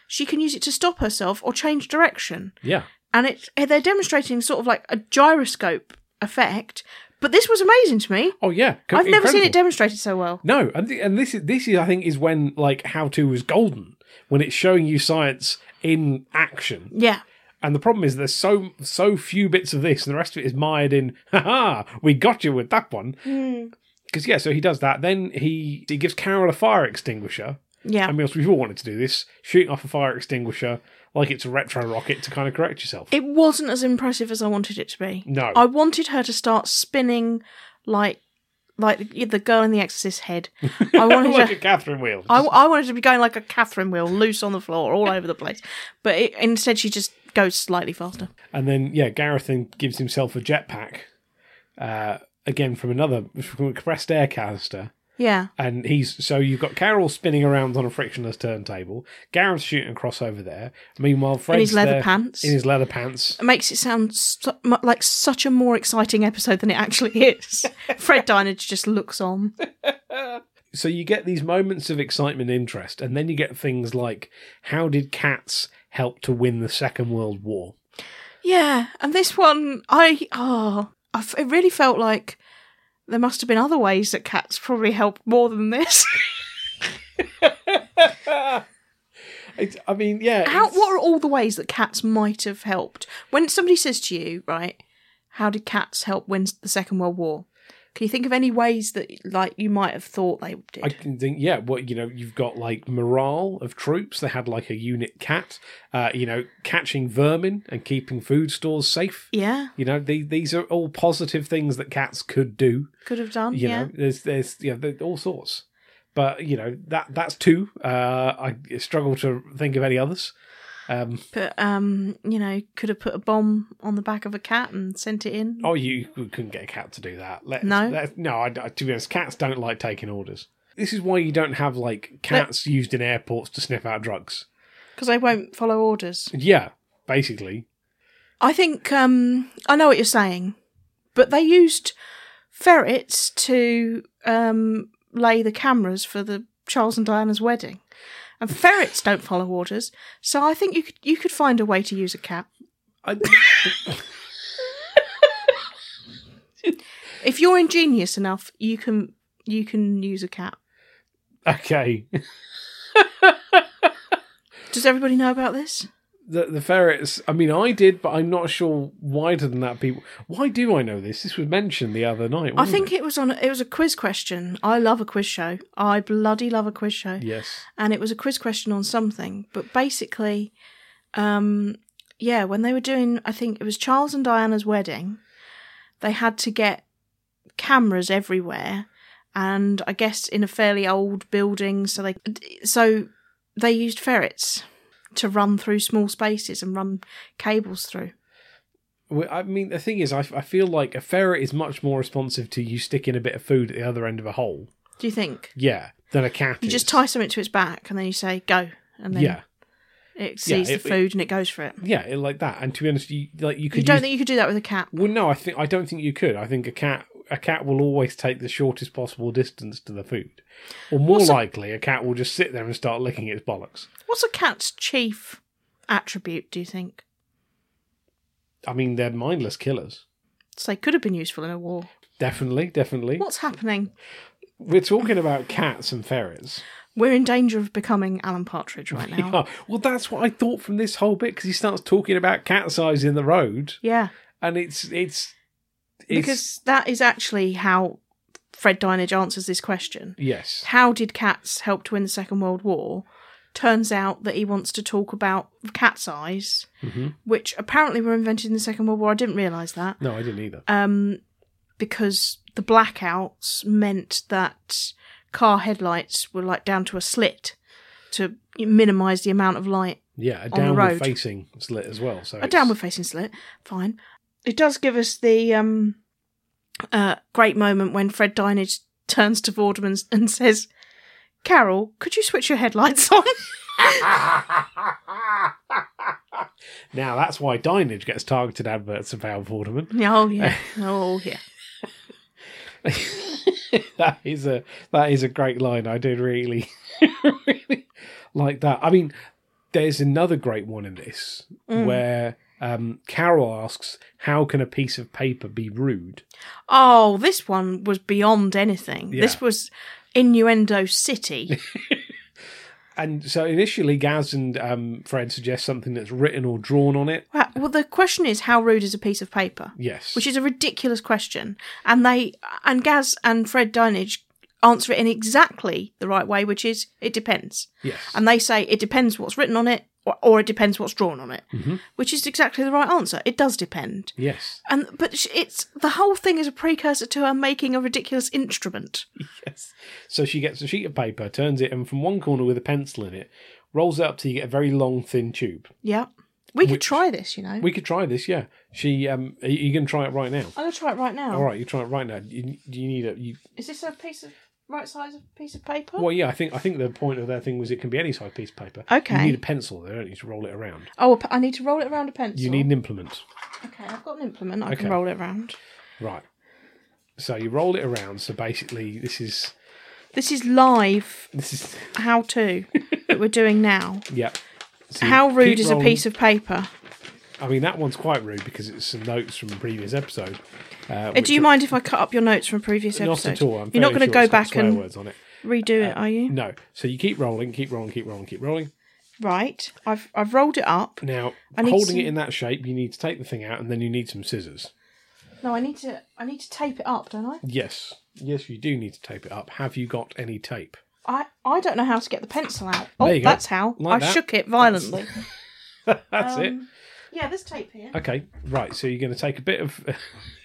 S1: She can use it to stop herself or change direction.
S3: Yeah.
S1: And it they're demonstrating sort of like a gyroscope effect. But this was amazing to me.
S3: Oh yeah. Co-
S1: I've never seen it
S3: incredible.
S1: demonstrated so well.
S3: No, and th- and this is this is I think is when like how to was golden when it's showing you science in action.
S1: Yeah.
S3: And the problem is there's so so few bits of this, and the rest of it is mired in. Ha ha! We got you with that one.
S1: Hmm.
S3: Because yeah, so he does that. Then he he gives Carol a fire extinguisher.
S1: Yeah.
S3: I mean, we've all wanted to do this, shooting off a fire extinguisher like it's a retro rocket to kind of correct yourself.
S1: it wasn't as impressive as I wanted it to be.
S3: No.
S1: I wanted her to start spinning like like the girl in the exorcist head. I wanted her
S3: like a Catherine wheel.
S1: I, I wanted to be going like a Catherine wheel, loose on the floor, all over the place. But it, instead, she just goes slightly faster.
S3: And then yeah, Gareth then gives himself a jetpack, uh, again from another from a compressed air canister.
S1: Yeah,
S3: And he's so you've got Carol spinning around on a frictionless turntable. Gareth's shooting across over there. Meanwhile, Fred's
S1: his leather
S3: there
S1: pants.
S3: In his leather pants.
S1: it makes it sound so, mu- like such a more exciting episode than it actually is. Fred Dinage just looks on.
S3: So you get these moments of excitement, and interest, and then you get things like how did cats help to win the Second World War?
S1: Yeah, and this one, I oh, I f it really felt like there must have been other ways that cats probably helped more than this.
S3: It's, I mean, yeah.
S1: How?
S3: it's-
S1: What are all the ways that cats might have helped? When somebody says to you, right, how did cats help win the Second World War? Can you think of any ways that, like, you might have thought they did?
S3: I can think, yeah, what you know, you've got like morale of troops. They had like a unit cat, uh, you know, catching vermin and keeping food stores safe.
S1: yeah,
S3: You know, the, these are all positive things that cats could do.
S1: could have done.
S3: You
S1: yeah,
S3: know, there's there's you know, there's all sorts. But you know that that's two. Uh, I struggle to think of any others. Um,
S1: but um, you know, could have put a bomb on the back of a cat and sent it in.
S3: oh, you couldn't get a cat to do that. Let's,
S1: No.
S3: let's- no. I, I- to be honest, cats don't like taking orders. This is why you don't have like cats used in airports to sniff out drugs.
S1: Because they won't follow orders.
S3: Yeah, basically.
S1: I think um, I know what you're saying, but they used ferrets to um, lay the cameras for the Charles and Diana's wedding, and ferrets don't follow orders. So I think you could you could find a way to use a cat
S3: I,
S1: if you're ingenious enough. You can you can use a cat.
S3: okay.
S1: Does everybody know about this?
S3: The, the ferrets, I mean, I did, but I'm not sure wider than that people. Why do I know this? This was mentioned the other night.
S1: I
S3: wasn't
S1: think
S3: it?
S1: it was on. It was a quiz question. I love a quiz show. I bloody love a quiz show.
S3: Yes.
S1: and it was a quiz question on something. But basically, um, yeah, when they were doing, I think it was Charles and Diana's wedding, they had to get cameras everywhere, and I guess in a fairly old building, so they so they used ferrets to run through small spaces and run cables through.
S3: Well, I mean, the thing is, I, I feel like a ferret is much more responsive to you sticking a bit of food at the other end of a hole.
S1: Do you think
S3: Yeah, than a cat.
S1: you
S3: is.
S1: just tie something to its back and then you say go, and then
S3: Yeah,
S1: it sees
S3: it-
S1: the food and it goes for it?
S3: yeah, it- like that. And to be honest, you like you could.
S1: You don't
S3: use-
S1: think you could do that with a cat?
S3: Well, no, I think I don't think you could. I think a cat a cat will always take the shortest possible distance to the food, or more
S1: What's a-
S3: likely, a cat will just sit there and start licking its bollocks.
S1: What's a cat's chief attribute, do you think?
S3: I mean, they're mindless killers.
S1: So they could have been useful in a war.
S3: Definitely, definitely.
S1: What's happening?
S3: We're talking about cats and ferrets.
S1: We're in danger of becoming Alan Partridge right now.
S3: Yeah. Well, that's what I thought from this whole bit because he starts talking about cat size in the road,
S1: yeah,
S3: and it's it's, it's
S1: because that is actually how Fred Dinage answers this question.
S3: yes,
S1: How did cats help to win the Second World War? Turns out that he wants to talk about cat's eyes, which apparently were invented in the Second World War. I didn't realise that.
S3: no, I didn't either.
S1: um, because the blackouts meant that car headlights were like down to a slit to minimise the amount of light.
S3: yeah, a
S1: the road.
S3: downward facing slit as well. So
S1: A
S3: it's-
S1: downward facing slit, fine. It does give us the um, uh, great moment when Fred Dinage turns to Vorderman and says, "Carol, could you switch your headlights on?"
S3: Now that's why Dinage gets targeted adverts about Vorderman.
S1: Yeah, oh yeah, oh yeah.
S3: that is a that is a great line. I did really, really like that. I mean, there's another great one in this
S1: Mm.
S3: where um, Carol asks, "How can a piece of paper be rude?"
S1: Oh, this one was beyond anything.
S3: Yeah.
S1: This was innuendo city.
S3: And so initially, Gaz and um, Fred suggest something that's written or drawn on it.
S1: well, well, the question is, how rude is a piece of paper?
S3: Yes,
S1: Which is a ridiculous question. And they and Gaz and Fred Dinage answer it in exactly the right way, which is it depends.
S3: yes,
S1: And they say it depends what's written on it, or, or it depends what's drawn on it,
S3: Mm-hmm.
S1: which is exactly the right answer. It does depend.
S3: yes,
S1: And but sh- it's the whole thing is a precursor to her making a ridiculous instrument.
S3: yes. So she gets a sheet of paper, turns it, and from one corner with a pencil in it, rolls it up till you get a very long, thin tube.
S1: Yeah, we could
S3: Which-
S1: try this. You know,
S3: We could try this. Yeah, she. Um, are you going to try it right now?
S1: I'm gonna try it right now.
S3: All right, you try it right now. You, you need a. You,
S1: Is this a piece of right size of piece of paper?
S3: well, yeah, I think I think the point of their thing was it can be any size piece of paper.
S1: Okay.
S3: You need a pencil, though, don't you, to roll it around.
S1: Oh, a pe- I need to roll it around a pencil.
S3: You need an implement.
S1: Okay, I've got an implement. I
S3: Okay.
S1: can roll it around.
S3: Right. So you roll it around. So basically, this is
S1: This is live
S3: this is
S1: how to that we're doing now.
S3: yeah. So you
S1: How rude
S3: keep
S1: is
S3: rolling.
S1: a piece of paper? Uh,
S3: I mean, that one's quite rude because it's some notes from a previous episode. Uh,
S1: Uh, Do you mind if I cut up your notes from previous episodes?
S3: Not at all. I'm
S1: You're not going
S3: fairly sure
S1: to go
S3: it's got
S1: back
S3: swear
S1: and
S3: words Uh, mm. on it.
S1: redo it, are you?
S3: No. So you keep rolling, keep rolling, keep rolling, keep rolling.
S1: Right. I've I've rolled it up.
S3: Now,
S1: need
S3: holding
S1: some-
S3: it in that shape, you need to take the thing out, and then you need some scissors. Mm.
S1: No, I need to I need to tape it up, don't I?
S3: Yes. Yes, you do need to tape it up. Have you got any tape?
S1: I I don't know how to get the pencil out. Oh,
S3: There you go.
S1: that's how.
S3: Like
S1: I
S3: that.
S1: shook it violently.
S3: That's
S1: Um, Yeah, there's tape here.
S3: it. Okay. Right. So you're going to take a bit of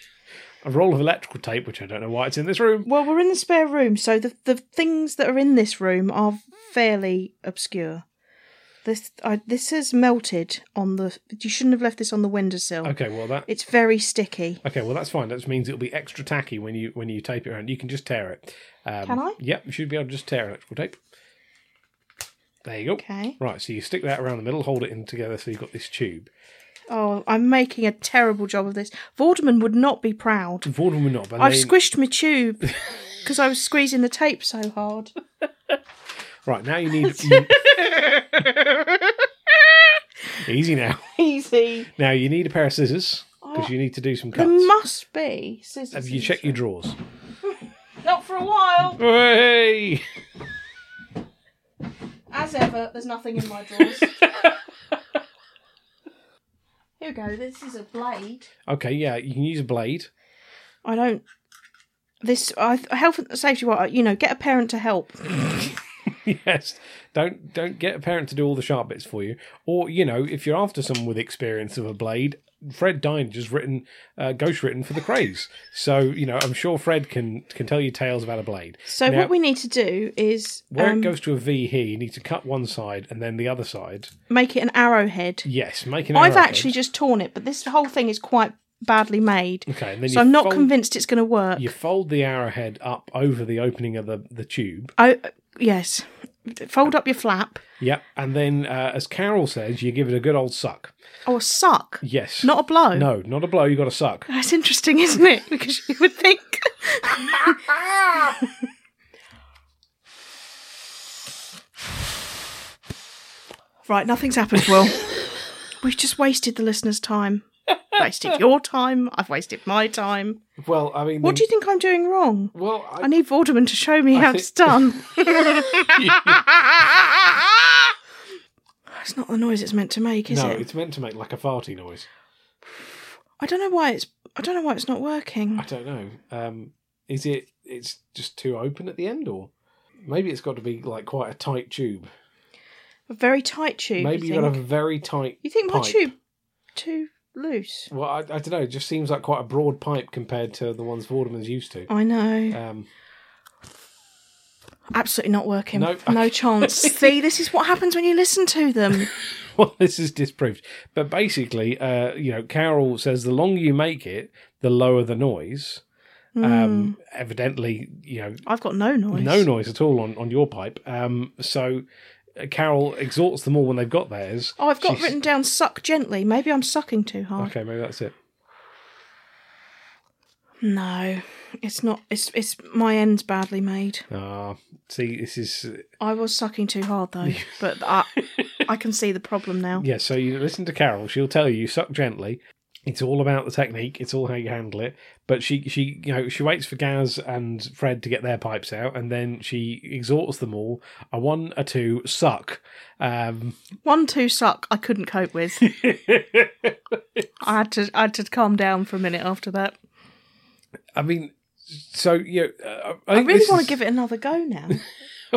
S3: a roll of electrical tape, which I don't know why it's in this room.
S1: Well, we're in the spare room, so the the things that are in this room are fairly obscure. This I, this has melted on the. You shouldn't have left this on the windowsill.
S3: Okay. Well, that.
S1: It's very sticky.
S3: Okay, well that's fine. That just means it'll be extra tacky when you when you tape it around. You can just tear it. Um,
S1: Can I?
S3: Yep, you should be able to just tear electrical tape. There you go.
S1: Okay.
S3: Right, so you stick that around the middle, hold it in together, so you've got this tube.
S1: Oh, I'm making a terrible job of this. Vorderman would not be proud.
S3: Vaudeville would not, but
S1: I've
S3: they-
S1: squished my tube because I was squeezing the tape so hard.
S3: right now you need you- easy now.
S1: Easy.
S3: Now you need a pair of scissors
S1: Oh.
S3: because you need to do some
S1: There
S3: cuts.
S1: must be scissors.
S3: Have
S1: in
S3: you
S1: this
S3: checked your
S1: room.
S3: drawers?
S1: Not for a while.
S3: Hey!
S1: As ever, there's nothing in my drawers. Here we go. This is a blade.
S3: Okay, yeah, you can use a blade.
S1: I don't. This I health and safety. What you know? Get a parent to help.
S3: yes, don't don't get a parent to do all the sharp bits for you. Or you know, if you're after someone with experience of a blade, Fred Dine has written uh, ghost written for the craze. So you know, I'm sure Fred can can tell you tales about a blade.
S1: So
S3: Now-
S1: what we need to do is
S3: Where
S1: um,
S3: it goes to a V here, you need to cut one side and then the other side.
S1: make it an arrowhead.
S3: Yes, make an.
S1: I've
S3: arrowhead.
S1: actually just torn it, but this whole thing is quite badly made.
S3: okay, and then
S1: So
S3: you
S1: I'm not
S3: fold,
S1: convinced it's going to work.
S3: You fold the arrowhead up over the opening of the the tube.
S1: Oh yes, fold up your flap.
S3: Yep, and then uh, as Carol says, you give it a good old suck.
S1: Oh, a suck,
S3: Yes.
S1: not a blow.
S3: no, not a blow. You got to suck.
S1: That's interesting, isn't it? Because you would think. right, nothing's happened, Will. We've just wasted the listeners' time. Wasted your time. I've wasted my time.
S3: Well, I mean,
S1: What do you think I'm doing wrong?
S3: Well, I,
S1: I need Vorderman to show me how
S3: thi-
S1: it's done. It's not the noise it's meant to make, is
S3: no,
S1: it?
S3: it's meant to make like a farty noise.
S1: I don't know why it's. I don't know why it's not working.
S3: I don't know. Um, is it? It's just too open at the end, or maybe it's got to be like quite a tight tube.
S1: A very tight tube.
S3: maybe
S1: you
S3: you got to
S1: think?
S3: have a very tight.
S1: You think my
S3: pipe.
S1: tube too loose?
S3: Well, I, I don't know. It just seems like quite a broad pipe compared to the ones Vorderman's used to.
S1: I know.
S3: Um,
S1: Absolutely not working.
S3: Nope.
S1: No chance. See, this is what happens when you listen to them.
S3: well, this is disproved. But basically, uh, you know, Carol says the longer you make it, the lower the noise.
S1: Hmm.
S3: Um, evidently, you know,
S1: I've got no noise.
S3: no noise at all on, on your pipe. Um, so uh, Carol exhorts them all when they've got theirs.
S1: Oh, I've got
S3: She's-
S1: written down suck gently. Maybe I'm sucking too hard.
S3: Okay, maybe that's it.
S1: No. It's not. It's it's my end's badly made.
S3: Ah, see, this is uh,
S1: I was sucking too hard though, but I I can see the problem now.
S3: yeah. So you listen to Carol; she'll tell you, suck gently. It's all about the technique. It's all how you handle it. But she, she, you know, she waits for Gaz and Fred to get their pipes out, and then she exhorts them all: a one, a two, suck. Um,
S1: One two suck. I couldn't cope with. I had to I had to calm down for a minute after that.
S3: I mean, so you. Know, uh, I,
S1: I
S3: think
S1: really
S3: this
S1: want
S3: is-
S1: to give it another go now. We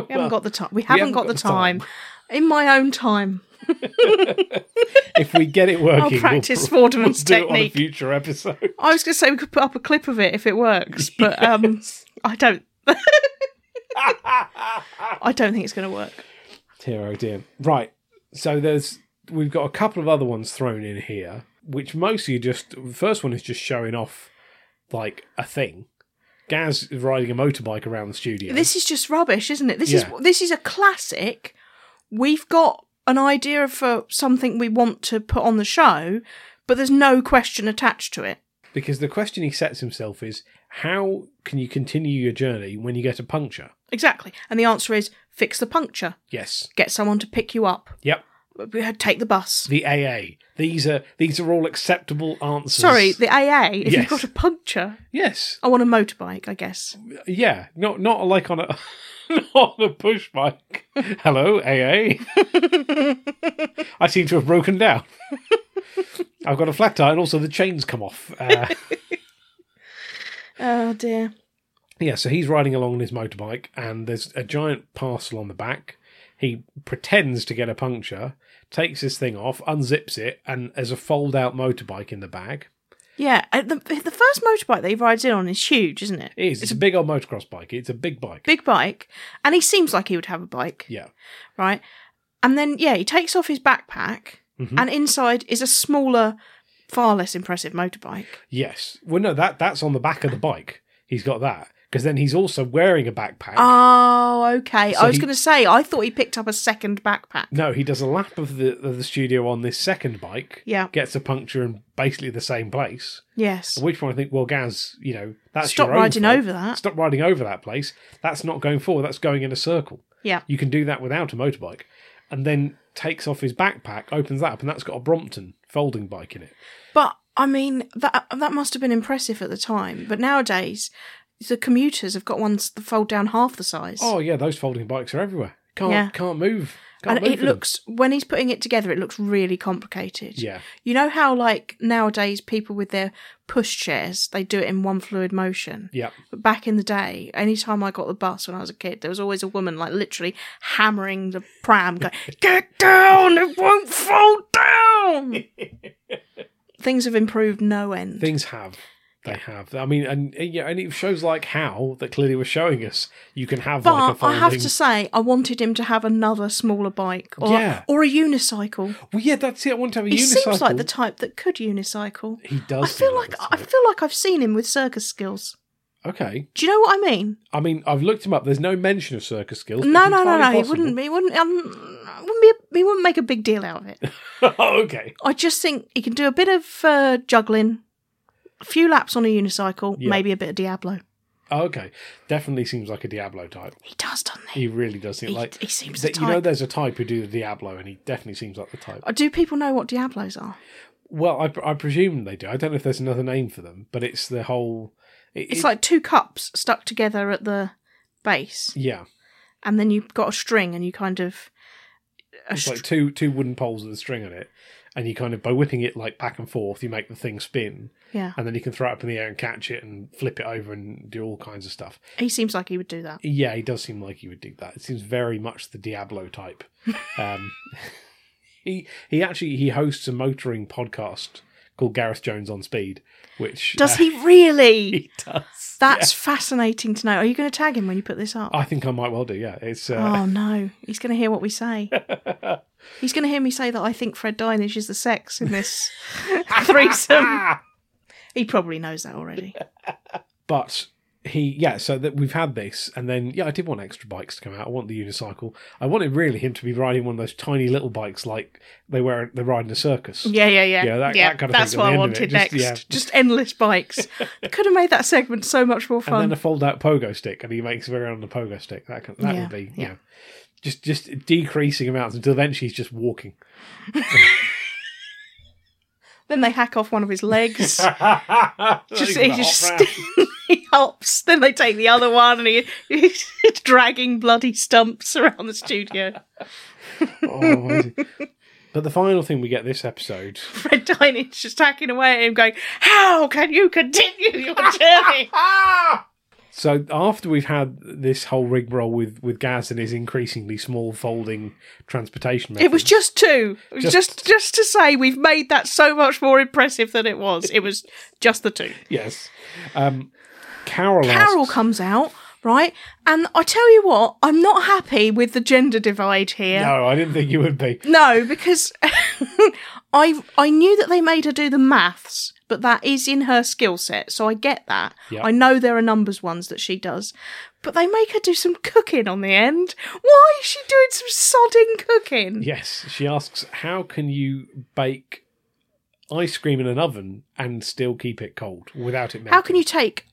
S1: haven't got the time. We haven't,
S3: haven't
S1: got,
S3: got
S1: the
S3: the
S1: time.
S3: time.
S1: In my own time,
S3: if we get it
S1: I'll
S3: working,
S1: practice
S3: we'll, pro-
S1: Vorderman's
S3: we'll do it on a
S1: technique.
S3: future episode.
S1: I was going to say we could put up a clip of it if it works, but um, I don't. I don't think it's going to work.
S3: Dear, oh dear. Right. So there's we've got a couple of other ones thrown in here, which mostly are just the first one is just showing off like a thing. Gaz is riding a motorbike around the studio.
S1: This is just rubbish, isn't it? This
S3: Yeah.
S1: is this is a classic. We've got an idea for something we want to put on the show, but there's no question attached to it.
S3: because the question he sets himself is how can you continue your journey when you get a puncture?
S1: Exactly. And the answer is fix the puncture,
S3: Yes.
S1: get someone to pick you up,
S3: Yep.
S1: take the bus.
S3: The AA. These are these are all acceptable answers.
S1: Sorry, the AA. If you've
S3: Yes.
S1: got a puncture,
S3: yes.
S1: I want a motorbike, I guess.
S3: Yeah, not not like on a not on a push bike. Hello, AA. I seem to have broken down. I've got a flat tire, and also the chains come off. Uh,
S1: Oh dear.
S3: yeah, so he's riding along on his motorbike, and there's a giant parcel on the back. He pretends to get a puncture, takes his thing off, unzips it, and there's a fold-out motorbike in the bag.
S1: Yeah, uh, the, the first motorbike that he rides in on is huge, isn't it?
S3: It is. It's a big old motocross bike. It's a big bike.
S1: Big bike, and he seems like he would have a bike,
S3: yeah.
S1: right? And then, yeah, he takes off his backpack,
S3: Mm-hmm.
S1: and inside is a smaller, far less impressive motorbike.
S3: Yes. Well, no, that that's on the back of the bike. He's got that because then he's also wearing a backpack.
S1: Oh, okay.
S3: So
S1: I was
S3: he-
S1: going to say, I thought he picked up a second backpack.
S3: no, he does a lap of the of the studio on this second bike.
S1: Yeah.
S3: Gets a puncture in basically the same place.
S1: Yes.
S3: At which point I think, well, Gaz, you know, that's
S1: Stop
S3: your own
S1: riding
S3: fault.
S1: over that.
S3: Stop riding over that place. That's not going forward. That's going in a circle.
S1: Yeah.
S3: You can do that without a motorbike. And then takes off his backpack, opens that up, and that's got a Brompton folding bike in it.
S1: But I mean, that that must have been impressive at the time. But nowadays, the commuters have got ones that fold down half the size.
S3: Oh yeah, those folding bikes are everywhere. Can't
S1: Yeah.
S3: can't move. Can't
S1: and
S3: move
S1: it
S3: with them.
S1: looks when he's putting it together, it looks really complicated.
S3: Yeah.
S1: You know how like nowadays people with their push chairs they do it in one fluid motion.
S3: Yeah.
S1: But back in the day, any time I got the bus when I was a kid, there was always a woman like literally hammering the pram, going, "Get down! It won't fold down." Things have improved no end.
S3: things have they have i mean and and, yeah and it shows like how that clearly was showing us you can have like a
S1: But I
S3: folding
S1: have to say, I wanted him to have another smaller bike or,
S3: Yeah.
S1: or a unicycle.
S3: well yeah that's it i want to have a
S1: He
S3: unicycle
S1: seems like the type that could unicycle.
S3: he does
S1: I feel
S3: seem
S1: like
S3: the
S1: I
S3: type.
S1: feel like I've seen him with circus skills.
S3: okay
S1: Do you know what I mean?
S3: i mean i've looked him up there's no mention of circus skills
S1: No, no, no, no. He wouldn't. He wouldn't. Um, wouldn't be, he wouldn't make a big deal out of it.
S3: be okay
S1: I just think he can do a bit of uh, juggling, a few laps on a unicycle,
S3: Yeah.
S1: maybe a bit of Diablo.
S3: okay definitely seems like a diablo type
S1: He does, doesn't he?
S3: he really does seem
S1: He-
S3: like
S1: he seems
S3: that
S1: the
S3: you know
S1: type.
S3: there's a type who do the diablo and he definitely seems like the type
S1: Uh, Do people know what Diablos are?
S3: well i, pr- I presume they do i don't know if there's another name for them but it's the whole it-
S1: It's
S3: it-
S1: like two cups stuck together at the base.
S3: yeah
S1: and then you've got a string and you kind of a
S3: It's
S1: str-
S3: like two two wooden poles with a string on it, and you kind of by whipping it like back and forth, you make the thing spin,
S1: yeah
S3: and then you can throw it up in the air and catch it and flip it over and do all kinds of stuff.
S1: he seems like he would do that
S3: Yeah, he does seem like he would do that. It seems very much the Diablo type. um, he he actually he hosts a motoring podcast called Gareth Jones on Speed, which
S1: does
S3: uh,
S1: he really
S3: He does.
S1: that's fascinating to know are you going to tag him when you put this up
S3: I think I might well do. Yeah, it's uh,
S1: oh no he's going to hear what we say he's going to hear me say that i think fred Dinage is the sex in this threesome he probably knows that already
S3: but he yeah so that we've had this and then yeah i did want extra bikes to come out i want the unicycle i wanted really him to be riding one of those tiny little bikes like they were they ride in a circus
S1: Yeah, yeah, yeah.
S3: Yeah, that- that kind of
S1: that's
S3: thing at
S1: what
S3: the
S1: I
S3: end of
S1: wanted
S3: it, just-
S1: next.
S3: yeah.
S1: Just endless bikes. Could have made that segment so much more
S3: and then
S1: fun.
S3: a fold out pogo stick and he makes a around the pogo stick that can, that
S1: Yeah,
S3: would be
S1: yeah.
S3: yeah. just just decreasing amounts until eventually he's just walking
S1: Then they hack off one of his legs.
S3: just,
S1: just, he just he hops. Then they take the other one, and he, he's dragging bloody stumps around the studio.
S3: oh, what is it? but the final thing we get this episode
S1: Fred Dyne's just hacking away at him, going, "How can you continue your journey?"
S3: So after we've had this whole rigmarole with with Gaz and his increasingly small folding transportation,
S1: It was
S3: methods,
S1: just two. It was just,
S3: Just-
S1: just to say we've made that so much more impressive than it was. It was just the two.
S3: yes. Um, Carol,
S1: Carol
S3: asks,
S1: comes out, right? And I tell you what, I'm not happy with the gender divide here.
S3: No, I didn't think you would be.
S1: No, because I I knew that they made her do the maths, but that is in her skill set, so I get that.
S3: Yeah.
S1: I know there are numbers ones that she does. But they make her do some cooking on the end. Why is she doing some sodding cooking?
S3: Yes, she asks, how can you bake ice cream in an oven and still keep it cold without it melting?
S1: How can you take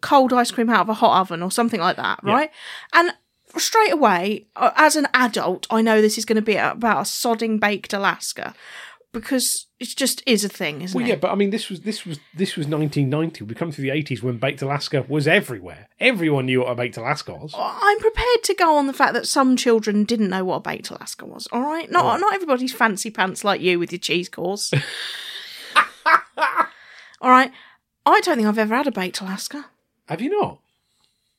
S1: cold ice cream out of a hot oven or something like that,
S3: Yeah.
S1: right? And straight away, uh, as an adult, I know this is going to be about a sodding baked Alaska because it just is a thing, isn't
S3: Well,
S1: it?
S3: yeah, but I mean, this was this was this was 1990. We come through the 80s when baked Alaska was everywhere. Everyone knew what a baked Alaska was.
S1: I'm prepared to go on the fact that some children didn't know what a baked Alaska was. All right, not not everybody's fancy pants like you with your cheese course. all right, I don't think I've ever had a baked Alaska.
S3: Have you not?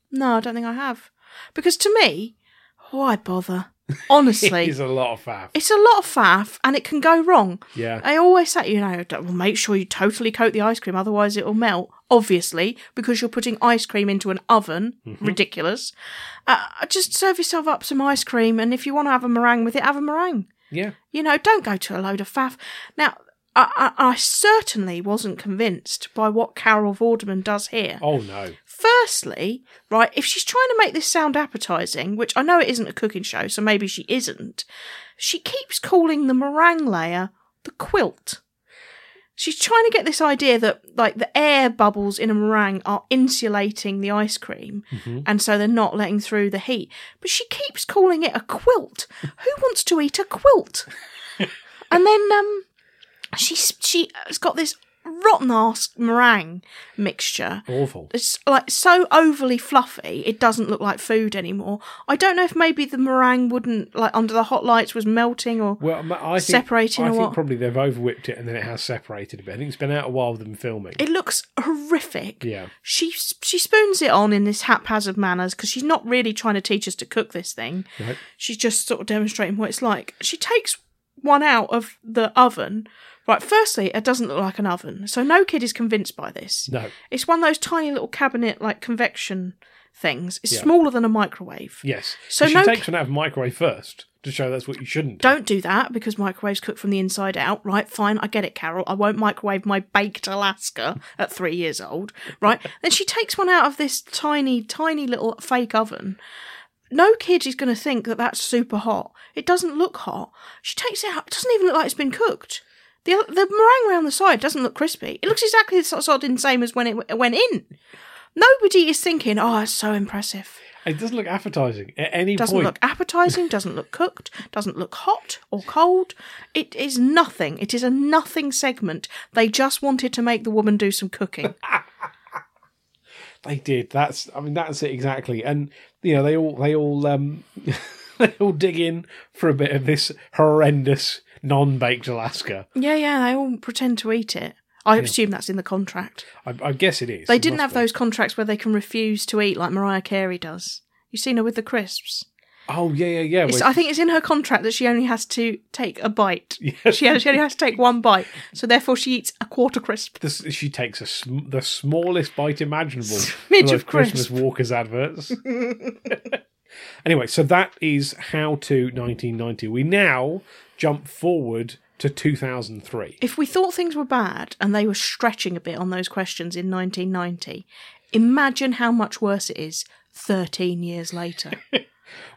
S1: No, I don't think I have, because to me, why bother? Honestly,
S3: It's a lot of faff.
S1: it's a lot of faff and it can go wrong.
S3: Yeah.
S1: I always say, you know, well, make sure you totally coat the ice cream, otherwise it'll melt. Obviously, because you're putting ice cream into an oven. Ridiculous. Uh, just serve yourself up some ice cream, and if you want to have a meringue with it, have a meringue.
S3: Yeah.
S1: You know, don't go to a load of faff. Now, I, I, I certainly wasn't convinced by what Carol Vorderman does here.
S3: Oh no.
S1: Firstly, right, if she's trying to make this sound appetizing, which I know it isn't a cooking show, so maybe she isn't, she keeps calling the meringue layer the quilt. She's trying to get this idea that, like, the air bubbles in a meringue are insulating the ice cream, and so they're not letting through the heat. But she keeps calling it a quilt. Who wants to eat a quilt? and then, um, she's she's got this rotten ass meringue mixture
S3: Awful.
S1: it's like so overly fluffy it doesn't look like food anymore i don't know if maybe the meringue wouldn't like under the hot lights was melting or
S3: Well, m- I think,
S1: Separating
S3: I
S1: or
S3: think
S1: what?
S3: probably they've overwhipped it and then it has separated a bit. I think it's been out a while with them filming.
S1: it looks horrific
S3: yeah,
S1: she she spoons it on in this haphazard manners because she's not really trying to teach us to cook this thing
S3: Right.
S1: she's just sort of demonstrating what it's like she takes one out of the oven right firstly it doesn't look like an oven so no kid is convinced by this
S3: no,
S1: it's one of those tiny little cabinet like convection things it's
S3: Yeah.
S1: smaller than a microwave
S3: yes.
S1: So
S3: So she
S1: no
S3: takes one out of the microwave first to show that's what you shouldn't. do.
S1: Don't do that because microwaves cook from the inside out, right? Fine, I get it, Carol. I won't microwave my baked Alaska at three years old, right? then she takes one out of this tiny, tiny little fake oven. No kid is going to think that that's super hot. It doesn't look hot. She takes it out. It doesn't even look like it's been cooked. The, the meringue around the side doesn't look crispy. It looks exactly the sort sort of same as when it w- went in. Nobody is thinking, oh, that's so impressive.
S3: It doesn't look appetizing at any
S1: Doesn't
S3: point.
S1: look appetizing, doesn't look cooked, doesn't look hot or cold. It is nothing. It is a nothing segment. They just wanted to make the woman do some cooking.
S3: They did. That's. I mean, that's it exactly. And you know, they all they all um they all dig in for a bit of this horrendous non-baked Alaska.
S1: yeah, yeah, they all pretend to eat it. I assume that's in the contract.
S3: I, I guess it is.
S1: They
S3: It
S1: didn't have
S3: must be.
S1: those contracts where they can refuse to eat like Mariah Carey does. You've seen her with the crisps.
S3: Oh yeah, yeah, yeah.
S1: It's,
S3: where-
S1: I think it's in her contract that she only has to take a bite.
S3: Yeah.
S1: She, has, she only has to take one bite. So therefore, she eats a quarter crisp.
S3: This, she takes a sm- the smallest bite imaginable
S1: Smidge
S3: for those
S1: of crisp.
S3: Christmas Walkers adverts. anyway, so that is how to 1990. We now jump forward to 2003.
S1: if we thought things were bad and they were stretching a bit on those questions in 1990, Imagine how much worse it is 13 years later.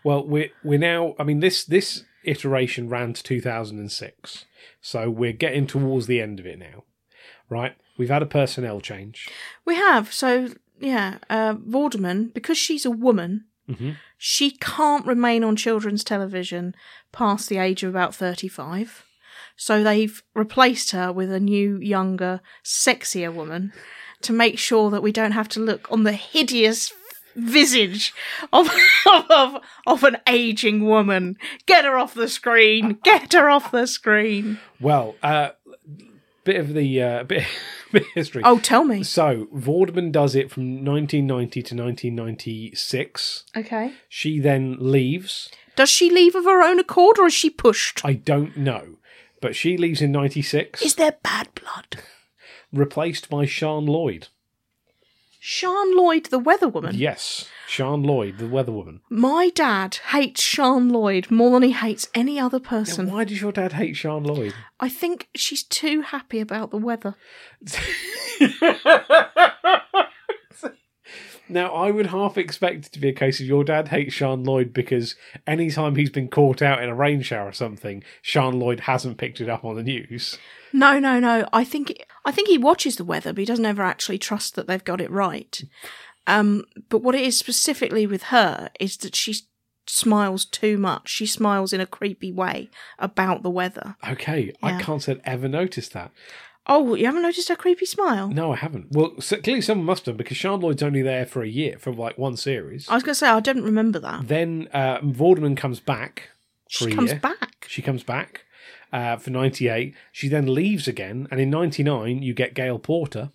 S3: Well, we're we're now. I mean, this this iteration ran to 2006, so we're getting towards the end of it now, right? We've had a personnel change.
S1: we have. So, yeah, uh, Vorderman, because she's a woman,
S3: Mhm.
S1: she can't remain on children's television past the age of about 35. So they've replaced her with a new, younger, sexier woman to make sure that we don't have to look on the hideous visage of of, of an aging woman. Get her off the screen. Get her off the screen.
S3: Well, uh, bit of the uh, bit, bit of history.
S1: Oh, tell me.
S3: So Vorderman does it from 1990 to 1996.
S1: Okay.
S3: She then leaves.
S1: Does she leave of her own accord or is she pushed?
S3: I don't know, but she leaves in 96,
S1: Is there bad blood?
S3: replaced by Sean Lloyd.
S1: Sean Lloyd, the weather woman.
S3: Yes, Sean Lloyd, the weather woman.
S1: My dad hates Sean Lloyd more than he hates any other person.
S3: Why does your dad hate Sean Lloyd?
S1: I think she's too happy about the weather.
S3: Now, I would half expect it to be a case of your dad hates Sean Lloyd because anytime he's been caught out in a rain shower or something, Sean Lloyd hasn't picked it up on the news.
S1: No, no, no. I think I think he watches the weather, but he doesn't ever actually trust that they've got it right. Um, but what it is specifically with her is that she smiles too much. She smiles in a creepy way about the weather.
S3: Okay, I
S1: Yeah.
S3: can't say I'd ever noticed that.
S1: Oh, you haven't noticed her creepy smile?
S3: No, I haven't. Well, so clearly someone must have because Sean Lloyd's only there for a year, for like one series.
S1: I was going to say I didn't remember that.
S3: Then uh, Vorderman comes back.
S1: She
S3: For a
S1: comes
S3: year.
S1: back.
S3: She comes back uh, for 98. She then leaves again. And in 99, you get Gail Porter.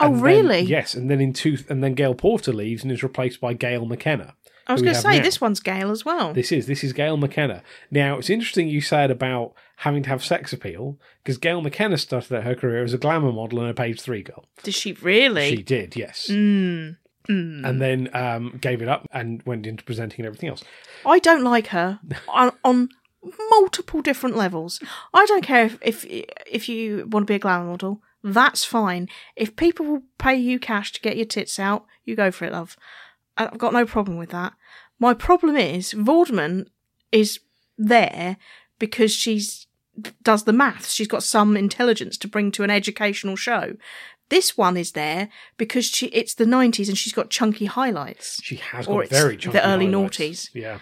S1: Oh,
S3: And then-
S1: really?
S3: yes. And then in two, and then Gail Porter leaves and is replaced by Gail McKenna.
S1: I was
S3: who we
S1: going to
S3: have
S1: say
S3: now.
S1: this one's Gail as well.
S3: This is this is Gail McKenna. Now it's interesting you said about having to have sex appeal because Gail McKenna started out her career as a glamour model and a page three girl.
S1: Does she really?
S3: She did, yes,
S1: Mm. Mm.
S3: and then um, gave it up and went into presenting and everything else.
S1: I don't like her on, on multiple different levels. I don't care if, if if you want to be a glamour model, that's fine. If people will pay you cash to get your tits out, you go for it, love. I- I've got no problem with that. My problem is Vorderman is there because she's does the maths. She's got some intelligence to bring to an educational show. This one is there because she it's the 90s and she's got chunky highlights.
S3: She has
S1: Or
S3: got
S1: it's
S3: very
S1: the
S3: chunky
S1: early
S3: highlights.
S1: noughties.
S3: Yeah.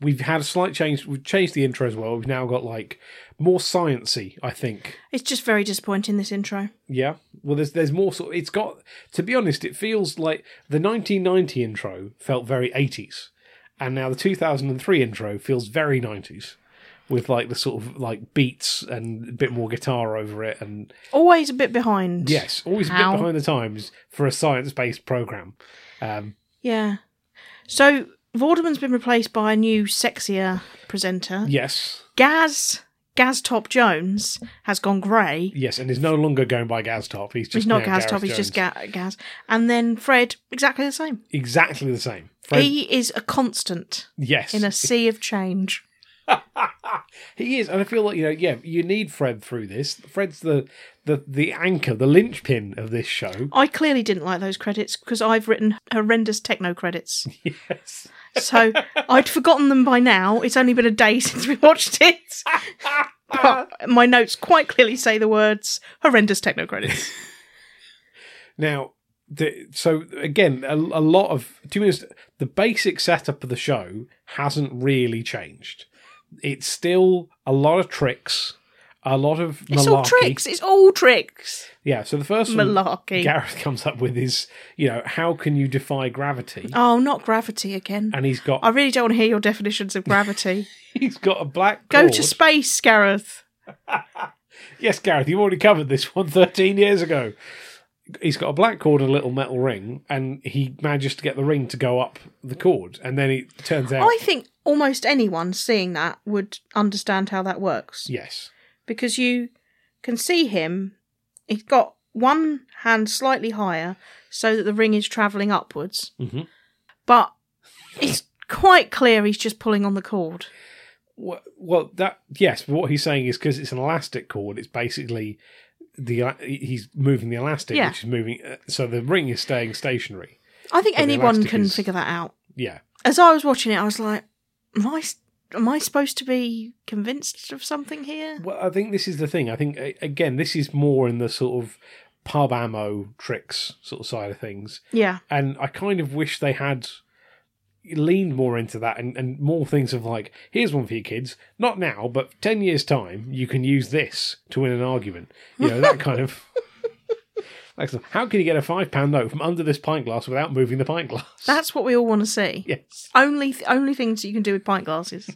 S3: We've had a slight change. We've changed the intro as well. We've now got like more sciency, I think.
S1: It's just very disappointing this intro.
S3: Yeah. Well, there's there's more. Sort. It's got. To be honest, it feels like the 1990 intro felt very 80s, and now the 2003 intro feels very 90s, with like the sort of like beats and a bit more guitar over it, and
S1: always a bit behind.
S3: yes, always a
S1: Ow.
S3: bit behind the times for a science-based program. Um,
S1: Yeah. So Vorderman's been replaced by a new, sexier presenter.
S3: yes.
S1: Gaz Gaz Top Jones has gone grey.
S3: Yes, and he's no longer going by Gaztop. He's just
S1: He's not
S3: now
S1: Gaz
S3: Gareth
S1: Top. He's just
S3: Jones.
S1: Ga- Gaz. And then Fred, exactly the same.
S3: exactly the same. Fred,
S1: He is a constant
S3: yes,
S1: in a sea of change.
S3: he is, and I feel like you know, yeah, you need Fred through this. Fred's the the the anchor, the linchpin of this show.
S1: I clearly didn't like those credits because I've written horrendous techno credits.
S3: Yes,
S1: So I'd forgotten them by now. It's only been a day since we watched it. But my notes quite clearly say the words horrendous techno credits.
S3: Now, the, so again, a, a lot of to be honest, the basic setup of the show hasn't really changed. It's still a lot of tricks, a lot of malarkey.
S1: It's all tricks. It's all tricks.
S3: Yeah. So the first one
S1: Malarkey.
S3: Gareth comes up with is, you know, how can you defy gravity?
S1: oh, not gravity again.
S3: and he's got
S1: I really don't want to hear your definitions of gravity.
S3: he's got a black
S1: Go
S3: cord.
S1: to space, Gareth.
S3: yes, Gareth, you've already covered this one 13 years ago. He's got a black cord and a little metal ring, and he manages to get the ring to go up the cord, and then it turns out
S1: I think almost anyone seeing that would understand how that works
S3: yes,
S1: because you can see him. He's got one hand slightly higher so that the ring is travelling upwards,
S3: hmm
S1: but it's quite clear he's just pulling on the cord.
S3: Well, well, that yes, but what he's saying is because it's an elastic cord, it's basically the uh, he's moving the elastic,
S1: Yeah.
S3: which is moving. Uh, so the ring is staying stationary.
S1: I think
S3: But the
S1: anyone
S3: elastic
S1: can
S3: is-
S1: figure that out.
S3: Yeah,
S1: As I was watching it, I was like, am I, s- am I supposed to be convinced of something here?
S3: Well, I think this is the thing. I think a- again, this is more in the sort of pub ammo tricks sort of side of things,
S1: Yeah.
S3: and I kind of wish they had leaned more into that and, and more things of like, here's one for your kids, not now, but ten years time, you can use this to win an argument. You know that kind of. Like, so how can you get a five pound note from under this pint glass without moving the pint glass?
S1: That's what we all want to see.
S3: yes.
S1: Only th- only things you can do with pint glasses.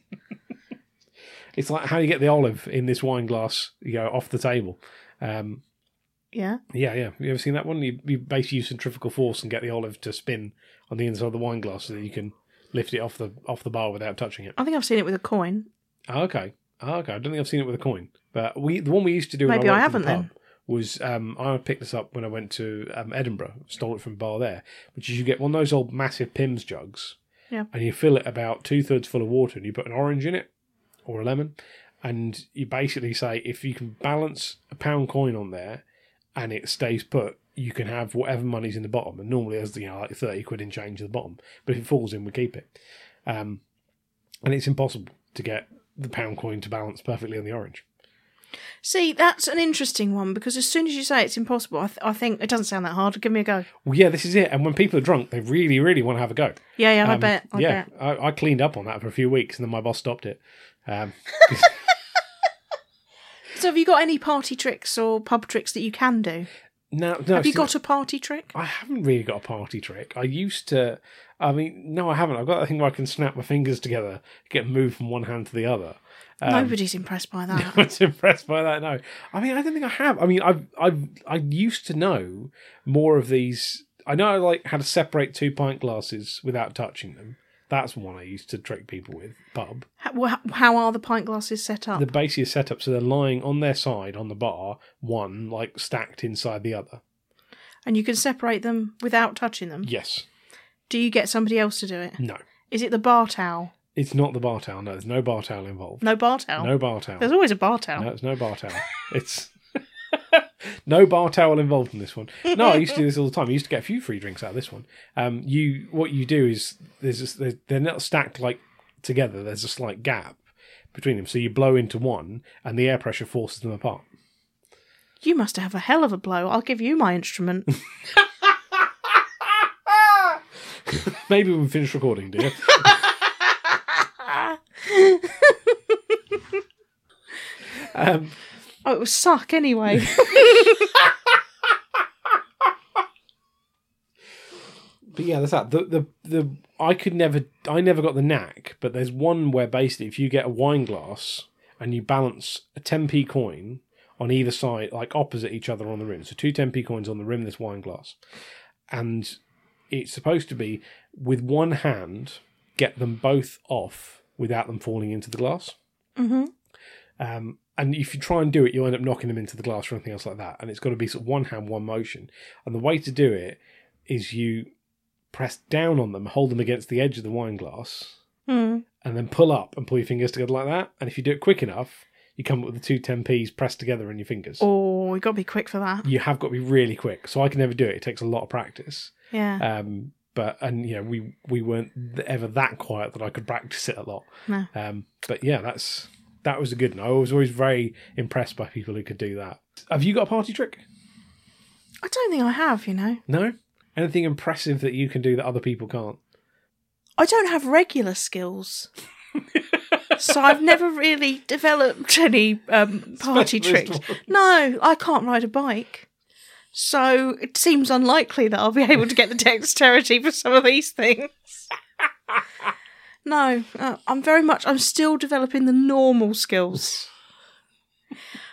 S3: It's like how you get the olive in this wine glass, you know, off the table. Um,
S1: Yeah.
S3: Yeah, yeah. You ever seen that one? You, you basically use centrifugal force and get the olive to spin on the inside of the wine glass so that you can lift it off the off the bar without touching it.
S1: I think I've seen it with a coin.
S3: Oh, okay. Oh, okay. I don't think I've seen it with a coin. But we the one we used to do when
S1: Maybe I
S3: I, worked in the
S1: haven't then.
S3: pub was um, I picked this up when I went to um, Edinburgh, stole it from a bar there, which is you get one of those old massive Pims jugs.
S1: Yeah.
S3: And you fill it about two thirds full of water and you put an orange in it or a lemon. And you basically say if you can balance a pound coin on there and it stays put, you can have whatever money's in the bottom. And normally there's you know like thirty quid in change at the bottom. But if it falls in, we keep it. Um, and it's impossible to get the pound coin to balance perfectly on the orange.
S1: See, that's an interesting one because as soon as you say it's impossible, I, th- I think it doesn't sound that hard. Give me a go.
S3: Well, yeah, this is it. And when people are drunk, they really, really want to have a go.
S1: Yeah, yeah, I
S3: Um,
S1: bet. I
S3: yeah,
S1: bet.
S3: I, I cleaned up on that for a few weeks, and then my boss stopped it. Um,
S1: So, have you got any party tricks or pub tricks that you can do?
S3: no, no.
S1: have you
S3: see,
S1: got a party trick?
S3: I haven't really got a party trick. I used to. I mean, no, I haven't. I've got that thing where I can snap my fingers together, get moved from one hand to the other. um,
S1: Nobody's impressed by that.
S3: I was impressed by that. No, I mean, I don't think I have. I mean, I've, I've, I used to know more of these. I know, I like how to separate two pint glasses without touching them. That's one I used to trick people with. Pub.
S1: How, wha- how are the pint glasses set up?
S3: The base is set up so they're lying on their side on the bar, one like stacked inside the other.
S1: and you can separate them without touching them.
S3: Yes.
S1: Do you get somebody else to do it?
S3: No.
S1: Is it the bar towel?
S3: It's not the bar towel. No, there's no bar towel involved.
S1: No bar towel.
S3: No bar towel.
S1: There's always a bar towel.
S3: No, it's no bar towel. It's no bar towel involved in this one. No, I used to do this all the time. I used to get a few free drinks out of this one. Um, you, what you do is there's this, they're, they're not stacked like together. There's a slight gap between them, so you blow into one, and the air pressure forces them apart.
S1: You must have a hell of a blow. I'll give you my instrument.
S3: Maybe when we finish recording, dear. um,
S1: Oh, it was suck anyway.
S3: But yeah, that's that. The, the the I could never I never got the knack, but there's one where basically if you get a wine glass and you balance a 10p coin on either side, like opposite each other on the rim, so two 10p coins on the rim of this wine glass, and it's supposed to be with one hand get them both off without them falling into the glass.
S1: hmm
S3: Um, and if you try and do it, you end up knocking them into the glass or anything else like that. And it's got to be sort of one hand, one motion. And the way to do it is you press down on them, hold them against the edge of the wine glass,
S1: Mm.
S3: and then pull up and pull your fingers together like that. And if you do it quick enough, you come up with the two 10p's pressed together in your fingers.
S1: Oh, you got to be quick for that.
S3: You have got to be really quick. So I can never do it. It takes a lot of practice.
S1: Yeah.
S3: Um, but and you know we we weren't th- ever that quiet that I could practice it a lot.
S1: No.
S3: Um, but yeah, that's that was a good one. I was always very impressed by people who could do that. Have you got a party trick?
S1: I don't think I have, you know.
S3: No. Anything impressive that you can do that other people can't?
S1: I don't have regular skills. so I've never really developed any um, party
S3: Specialist
S1: tricks. No, I can't ride a bike. So it seems unlikely that I'll be able to get the dexterity for some of these things. No, uh, I'm very much, I'm still developing the normal skills.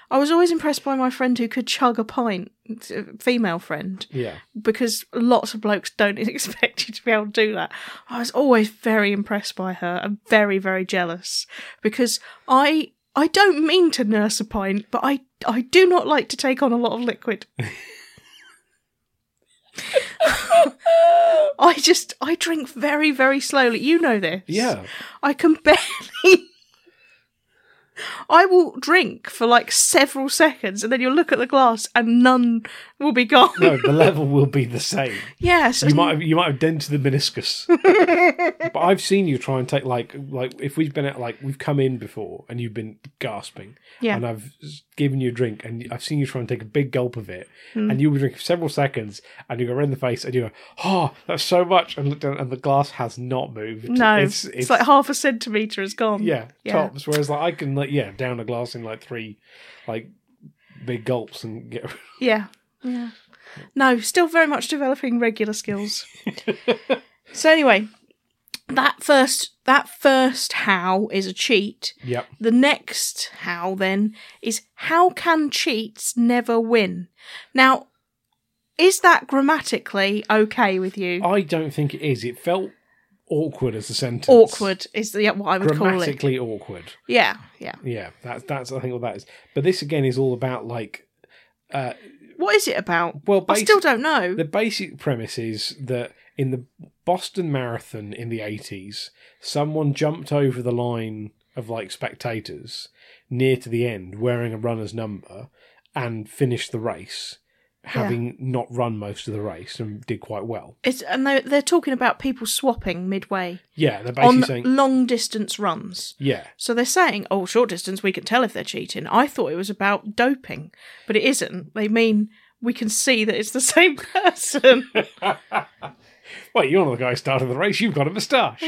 S1: I was always impressed by my friend who could chug a pint, a female friend
S3: Yeah.
S1: because lots of blokes don't expect you to be able to do that. I was always very impressed by her and very, very jealous because I I don't mean to nurse a pint, but I I do not like to take on a lot of liquid. I just I drink very, very slowly. You know this.
S3: Yeah.
S1: I can barely I will drink for like several seconds and then you'll look at the glass and none will be gone.
S3: No, the level will be the same.
S1: Yes.
S3: You might have you might have dented the meniscus. but I've seen you try and take like like if we've been at like we've come in before and you've been gasping.
S1: Yeah.
S3: And I've s- given you a drink and I've seen you try and take a big gulp of it
S1: Hmm.
S3: and you were drinking for several seconds and you go red in the face and you go, Oh, that's so much and look down and the glass has not moved.
S1: no.
S3: It's,
S1: It's, like half a centimetre is gone.
S3: yeah,
S1: Yeah.
S3: tops. Whereas like I can like yeah, down a glass in like three like big gulps and get
S1: Yeah. Yeah. No, still very much developing regular skills. so anyway, that first that first how is a cheat.
S3: Yep.
S1: The next how then is how can cheats never win? Now, is that grammatically okay with you?
S3: I don't think it is. It felt awkward as a sentence.
S1: Awkward is the, what I would call it.
S3: Grammatically awkward.
S1: Yeah, yeah.
S3: Yeah, that's that's I think what that is. But this again is all about like
S1: What is it about?
S3: well,
S1: I
S3: basi-
S1: still don't know.
S3: the basic premise is that in the Boston Marathon in the eighties, someone jumped over the line of like spectators near to the end wearing a runner's number and finished the race, having not run most of the race and did quite well.
S1: It's, and they're, they're talking about people swapping midway
S3: Yeah, they're basically
S1: on
S3: saying
S1: long distance runs.
S3: yeah.
S1: So they're saying, oh, short distance, we can tell if they're cheating. I thought it was about doping, but it isn't. They mean we can see that it's the same person.
S3: Wait, you're not the guy who started the race. You've got a moustache.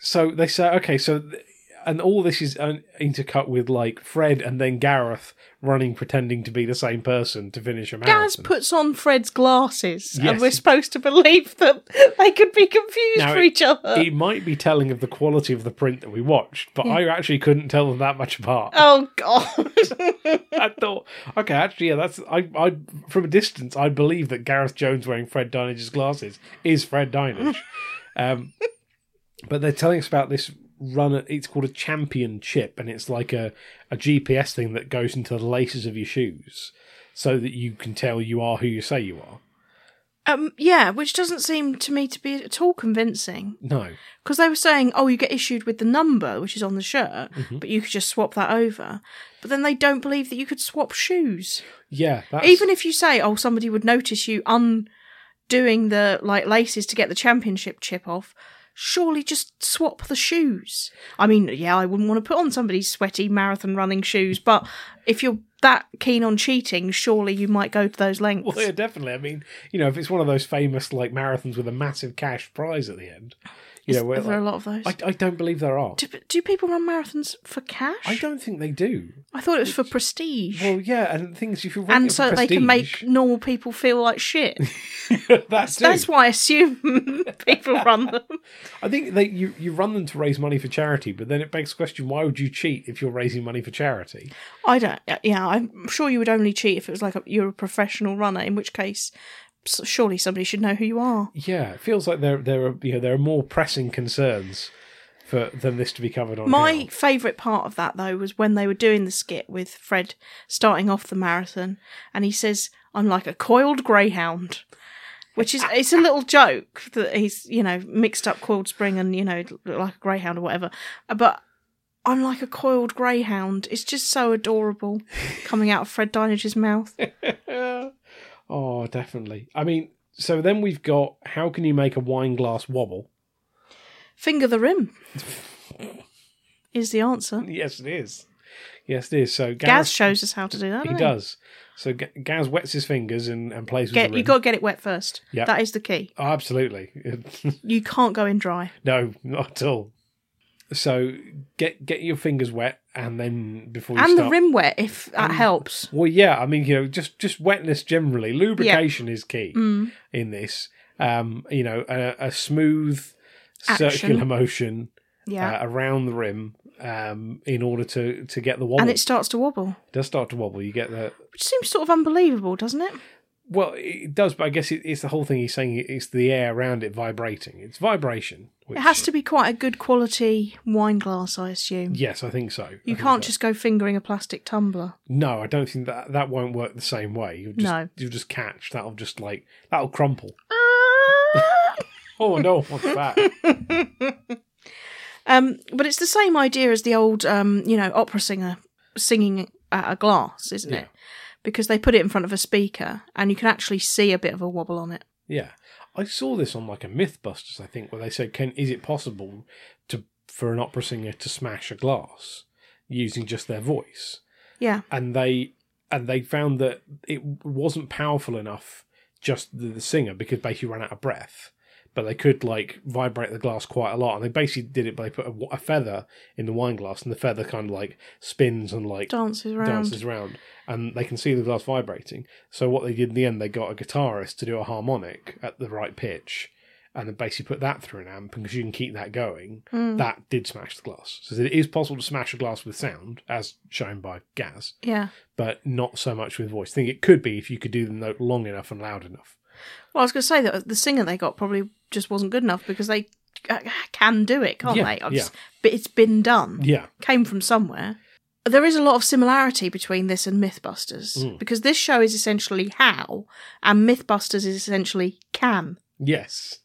S3: so they say, okay, so, th- and all this is uh, intercut with like Fred and then Gareth running, pretending to be the same person to finish a
S1: Gaz
S3: marathon.
S1: puts on Fred's glasses, and
S3: Yes.
S1: we're supposed to believe that they could be confused
S3: Now,
S1: for
S3: it- e-
S1: each other.
S3: It might be telling of the quality of the print that we watched, but I actually couldn't tell them that much apart.
S1: oh, God.
S3: I thought, okay, actually, yeah, that's I, I from a distance, I believe that Gareth Jones wearing Fred Dynage's glasses is Fred Dynage. um, but they're telling us about this run. It's called a championship, and it's like a a GPS thing that goes into the laces of your shoes, so that you can tell you are who you say you are.
S1: um, yeah, which doesn't seem to me to be at all convincing.
S3: No,
S1: Because they were saying, oh, you get issued with the number, which is on the shirt,
S3: Mm-hmm.
S1: but you could just swap that over. But then they don't believe that you could swap shoes.
S3: yeah, that's,
S1: even if you say, "Oh, somebody would notice you undoing the like laces to get the championship chip off," surely just swap the shoes. I mean, yeah, I wouldn't want to put on somebody's sweaty marathon running shoes, but if you're that keen on cheating, surely you might go to those lengths.
S3: Well, yeah, definitely. I mean, you know, if it's one of those famous like marathons with a massive cash prize at the end, you know, where,
S1: Are there a
S3: like,
S1: lot of those?
S3: I, I don't believe there are.
S1: do, do people run marathons for cash?
S3: I
S1: I,
S3: don't think they do.
S1: thought it was for prestige.
S3: Well, yeah, and the thing is, if you're running
S1: and so
S3: for
S1: that they can make
S3: prestige,
S1: normal people feel like shit.
S3: that's,
S1: That's why I assume people run them.
S3: I think they you, you run them to raise money for charity, but then it begs the question: Why would you cheat if you're raising money for charity?
S1: I don't. Yeah, I'm sure you would only cheat if it was like a, you're a professional runner, in which case, s- surely somebody should know who you are.
S3: Yeah, it feels like there there are you know there are more pressing concerns for than this to be covered on.
S1: My
S3: now.
S1: favourite part of that though was when they were doing the skit with Fred starting off the marathon, and he says, "I'm like a coiled greyhound." Which is it's a little joke that he's you know mixed up coiled spring and you know look like a greyhound or whatever, but I'm like a coiled greyhound. It's just so adorable coming out of Fred Dynage's mouth.
S3: oh, definitely. I mean, so then we've got how can you make a wine glass wobble?
S1: Finger the rim is the answer.
S3: Yes, it is. Yes, it is. So
S1: Gaz
S3: Gaz,
S1: shows us how to do that.
S3: he
S1: doesn't
S3: does. So G- Gaz wets his fingers and, and plays with
S1: Get
S3: the
S1: you
S3: rim.
S1: got to get it wet first.
S3: Yep.
S1: That is the key.
S3: Absolutely.
S1: You can't go in dry.
S3: No, not at all. So get get your fingers wet, and then before you
S1: and
S3: start,
S1: the rim wet if that helps.
S3: Well, yeah, I mean, you know, just just wetness generally. Lubrication is key
S1: Mm.
S3: in this. Um, you know, a, a smooth
S1: Action.
S3: circular motion
S1: Yeah.
S3: uh, around the rim um, in order to to get the wobble.
S1: and it starts to wobble,
S3: it does start to wobble. You get the
S1: which seems sort of unbelievable, doesn't it?
S3: well, it does, but I guess it, it's the whole thing. He's saying it's the air around it vibrating. It's vibration. Which,
S1: It has to be quite a good quality wine glass, I assume.
S3: Yes, I think so.
S1: You can't just go fingering a plastic tumbler.
S3: No, I don't think that that won't work the same way. You'll just,
S1: No.
S3: you'll just catch. That'll just like that'll crumple. Oh no, what's that?
S1: Um, but it's the same idea as the old, um, you know, opera singer singing at a glass, isn't
S3: Yeah.
S1: it? Because they put it in front of a speaker and you can actually see a bit of a wobble on it.
S3: Yeah, I saw this on like a MythBusters, I think, where they said, "Can is it possible to for an opera singer to smash a glass using just their voice?"
S1: Yeah.
S3: And they and they found that it wasn't powerful enough just the, the singer because basically ran out of breath. But they could like vibrate the glass quite a lot, and they basically did it by put a, wa- a feather in the wine glass, and the feather kind of like spins and like
S1: Dances around.
S3: dances around and they can see the glass vibrating. So what they did in the end, they got a guitarist to do a harmonic at the right pitch and then basically put that through an amp because you can keep that going.
S1: Mm.
S3: That did smash the glass. So it is possible to smash a glass with sound, as shown by Gaz,
S1: Yeah.
S3: but not so much with voice. I think it could be if you could do the note long enough and loud enough.
S1: Well, I was going to say that the singer they got probably just wasn't good enough because they uh, can do it, can't
S3: Yeah,
S1: they? I've
S3: yeah.
S1: just- but it's been done.
S3: Yeah.
S1: Came from somewhere. There is a lot of similarity between this and Mythbusters
S3: Mm.
S1: because this show is essentially how, and Mythbusters is essentially can.
S3: Yes,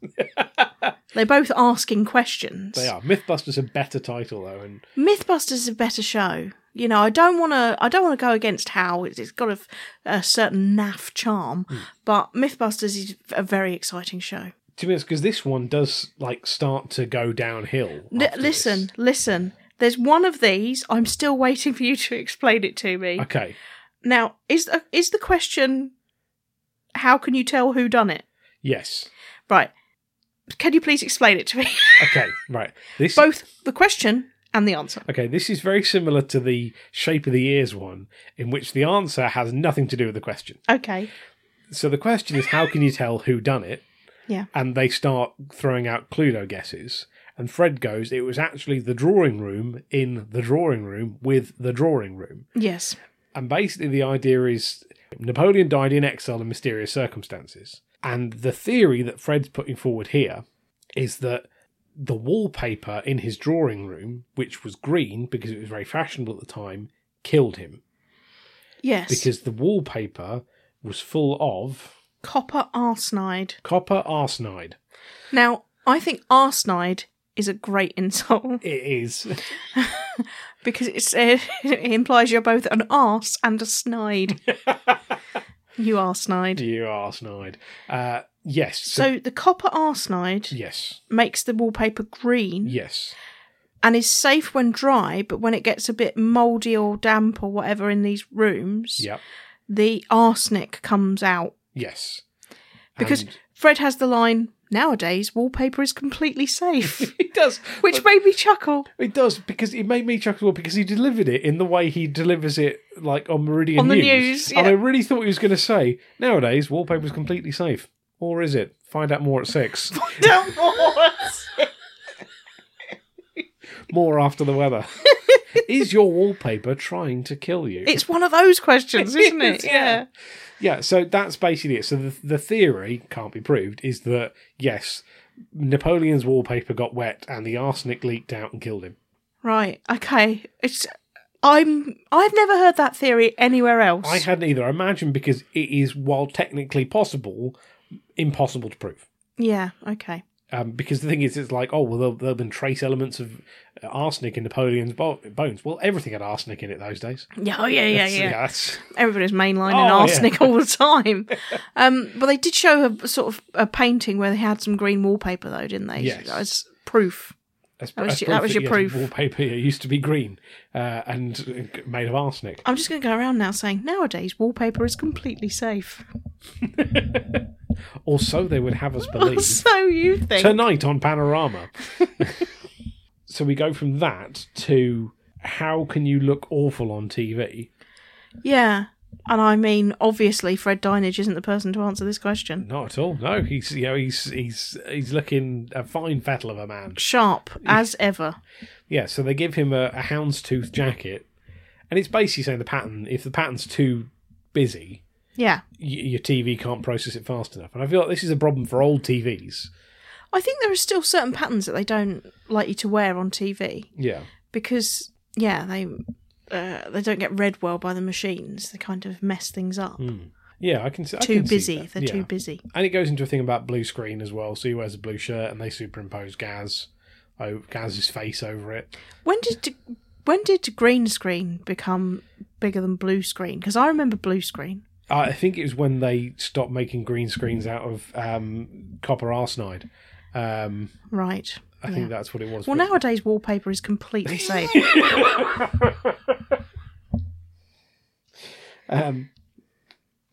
S1: They're both asking questions.
S3: they are. Mythbusters a better title though, and
S1: Mythbusters is a better show. You know, I don't want to. I don't want to go against how it's, it's got a, a certain naff charm,
S3: Mm.
S1: but Mythbusters is a very exciting show.
S3: to be honest, because this one does like start to go downhill.
S1: Li-
S3: after this.
S1: listen, listen. There's one of these. I'm still waiting for you to explain it to me.
S3: Okay.
S1: Now, is the, is the question? How can you tell who done it?
S3: Yes.
S1: Right. Can you please explain it to me?
S3: Okay. Right. This
S1: Both the question and the answer.
S3: Okay, this is very similar to the shape of the ears one, in which the answer has nothing to do with the question.
S1: Okay.
S3: So the question is, how can you tell who done it?
S1: Yeah.
S3: And they start throwing out Cluedo guesses. And Fred goes, it was actually the drawing room in the drawing room with the drawing room.
S1: Yes.
S3: And basically, the idea is Napoleon died in exile in mysterious circumstances. And the theory that Fred's putting forward here is that the wallpaper in his drawing room, which was green because it was very fashionable at the time, killed him
S1: Yes.
S3: because the wallpaper was full of
S1: Copper arsenide.
S3: copper arsenide.
S1: Now, I think arsenide is a great insult
S3: It is.
S1: because it's, uh, it implies you're both an arse and a snide. you are snide.
S3: you arsenide. Uh, yes. So,
S1: So the copper arsenide
S3: yes.
S1: makes the wallpaper green
S3: Yes.
S1: and is safe when dry, but when it gets a bit mouldy or damp or whatever in these rooms,
S3: Yep.
S1: the arsenic comes out.
S3: Yes.
S1: Because
S3: And-
S1: Fred has the line, nowadays wallpaper is completely safe,
S3: it does.
S1: which made me chuckle.
S3: It does because it made me chuckle because he delivered it in the way he delivers it, like on Meridian
S1: On the
S3: News.
S1: news,
S3: And
S1: yeah.
S3: I really thought he was going to say, "Nowadays, wallpaper's completely safe." Or is it? Find out more at six. more after the weather. is your wallpaper trying to kill you?
S1: It's one of those questions, isn't
S3: It
S1: it?
S3: is, yeah. yeah. So that's basically it. So the the theory can't be proved is that yes, Napoleon's wallpaper got wet and the arsenic leaked out and killed him.
S1: Right. Okay. It's I'm I've never heard that theory anywhere else.
S3: I hadn't either. I imagine because it is, while technically possible, impossible to prove.
S1: yeah. Okay.
S3: Um, because the thing is, it's like, oh, well, there there have been trace elements of arsenic in Napoleon's bo- bones. Well, everything had arsenic in it those days.
S1: Yeah. Oh yeah. Yeah.
S3: So,
S1: Yeah.
S3: that's-
S1: Everybody's mainlining
S3: Oh, yeah.
S1: arsenic all the time. um, but they did show a sort of a painting where they had some green wallpaper, though, didn't they?
S3: Yes.
S1: That was proof.
S3: that's-
S1: That was
S3: that's
S1: your- that was your
S3: yes,
S1: proof.
S3: Wallpaper yeah, used to be green uh, and uh, made of arsenic.
S1: I'm just going to go around now saying nowadays wallpaper is completely safe.
S3: Or so they would have us
S1: Or
S3: believe.
S1: so you think?
S3: Tonight on Panorama. so we go from that to how can you look awful on TV?
S1: yeah. And I mean, obviously, Fred Dinage isn't the person to answer this question.
S3: Not at all. No, he's you know he's he's he's looking a fine fettle of a man.
S1: Sharp as ever.
S3: Yeah, so they give him a, a houndstooth jacket, and it's basically saying the pattern. If the pattern's too busy,
S1: Yeah.
S3: y- your TV can't process it fast enough. And I feel like this is a problem for old TVs.
S1: I think there are still certain patterns that they don't like you to wear on TV
S3: Yeah,
S1: because, yeah, they uh, they don't get read well by the machines. They kind of mess things up.
S3: Hmm. yeah, I can. s- I
S1: Too
S3: can see
S1: busy.
S3: that.
S1: They're
S3: Yeah.
S1: too busy.
S3: And it goes into a thing about blue screen as well. So he wears a blue shirt, and they superimpose Gaz over Gaz's face over it.
S1: When did when did green screen become bigger than blue screen? Because I remember blue screen.
S3: I think it was when they stopped making green screens out of um, copper arsenide. Um,
S1: Right.
S3: I think that's what it was.
S1: Well,
S3: but-
S1: nowadays wallpaper is completely safe.
S3: um,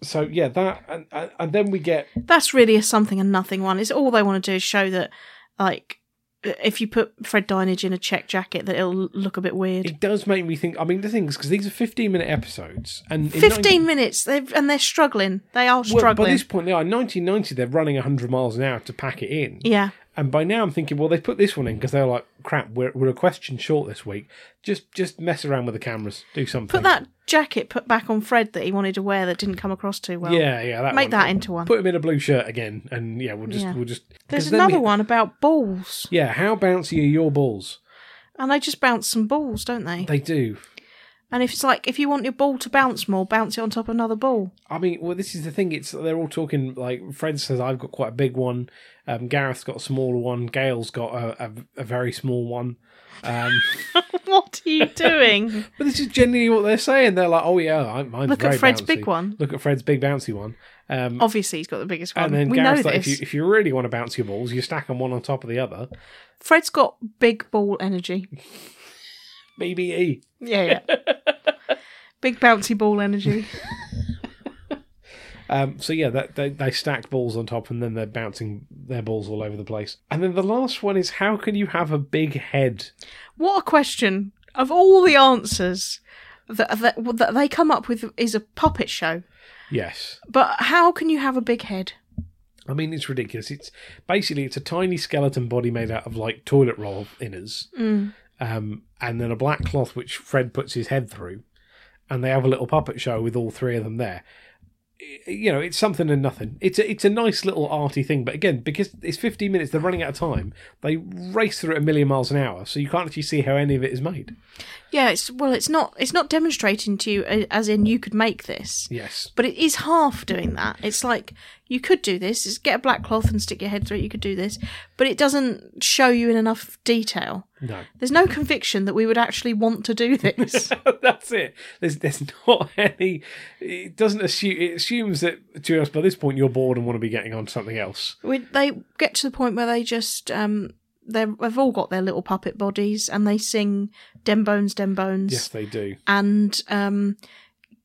S3: so yeah, that and, and and then we get
S1: that's really a something and nothing one. It's all they want to do is show that, like, if you put Fred Dinage in a check jacket, that it'll look a bit weird.
S3: it does make me think. I mean, the thing is because these are fifteen minute episodes, and in 19
S1: Fifteen minutes, they've, and they're struggling. They are
S3: well,
S1: struggling.
S3: by this point, they are in 1990. They're running 100 miles an hour to pack it in,
S1: yeah,
S3: and by now I'm thinking, well, they put this one in because they're like, crap, we're, we're a question short this week. Just just mess around with the cameras, do something.
S1: put that jacket put back on Fred that he wanted to wear that didn't come across too well.
S3: yeah, yeah, that
S1: make
S3: one.
S1: that into one.
S3: Put him in a blue shirt again, and yeah, we'll just
S1: Yeah.
S3: we'll just. 'cause
S1: There's
S3: then
S1: another
S3: we-
S1: one about balls,
S3: Yeah, how bouncy are your balls?
S1: and they just bounce some balls, don't they?
S3: They do.
S1: And if it's like if you want your ball to bounce more, bounce it on top of another ball.
S3: I mean, well, this is the thing. It's they're all talking. Like Fred says, I've got quite a big one. Um, Gareth's got a smaller one. Gail's got a, a, a very small one. Um,
S1: what are you doing?
S3: but this is generally what they're saying. They're like, "Oh yeah, I- mine's
S1: Look at
S3: very
S1: Fred's
S3: bouncy.
S1: big one.
S3: Look at Fred's big bouncy one." Um,
S1: Obviously, he's got the biggest one.
S3: and then
S1: Um, we know
S3: Gareth's
S1: this.
S3: like, if you, "If you really want to bounce your balls, you stack them one on top of the other."
S1: Fred's got big ball energy.
S3: BBE.
S1: Yeah, yeah. big bouncy ball energy.
S3: Um, so yeah, that, they they stack balls on top, and then they're bouncing their balls all over the place. And then the last one is, how can you have a big head?
S1: What a question! Of all the answers that, that that they come up with is a puppet show.
S3: Yes,
S1: But how can you have a big head?
S3: I mean it's ridiculous. It's basically it's a tiny skeleton body made out of like toilet roll inners,
S1: Mm.
S3: um, and then a black cloth which Fred puts his head through, and they have a little puppet show with all three of them there. I- You know, it's something and nothing. It's a, it's a nice little arty thing, but again, because it's 15 minutes, they're running out of time. They race through it a million miles an hour, so you can't actually see how any of it is made.
S1: Yeah, it's well, it's not it's not demonstrating to you a- as in you could make this.
S3: Yes.
S1: But it is half doing that. It's like you could do this. Is get a black cloth and stick your head through it. You could do this, but it doesn't show you in enough detail.
S3: No.
S1: There's no conviction that we would actually want to do this.
S3: That's it. There's there's not any. It doesn't assume. It assumes that to us by this point you're bored and want to be getting on to something else.
S1: we, they get to the point where they just um they're, they've all got their little puppet bodies and they sing dem bones dem bones
S3: Yes, they do.
S1: and um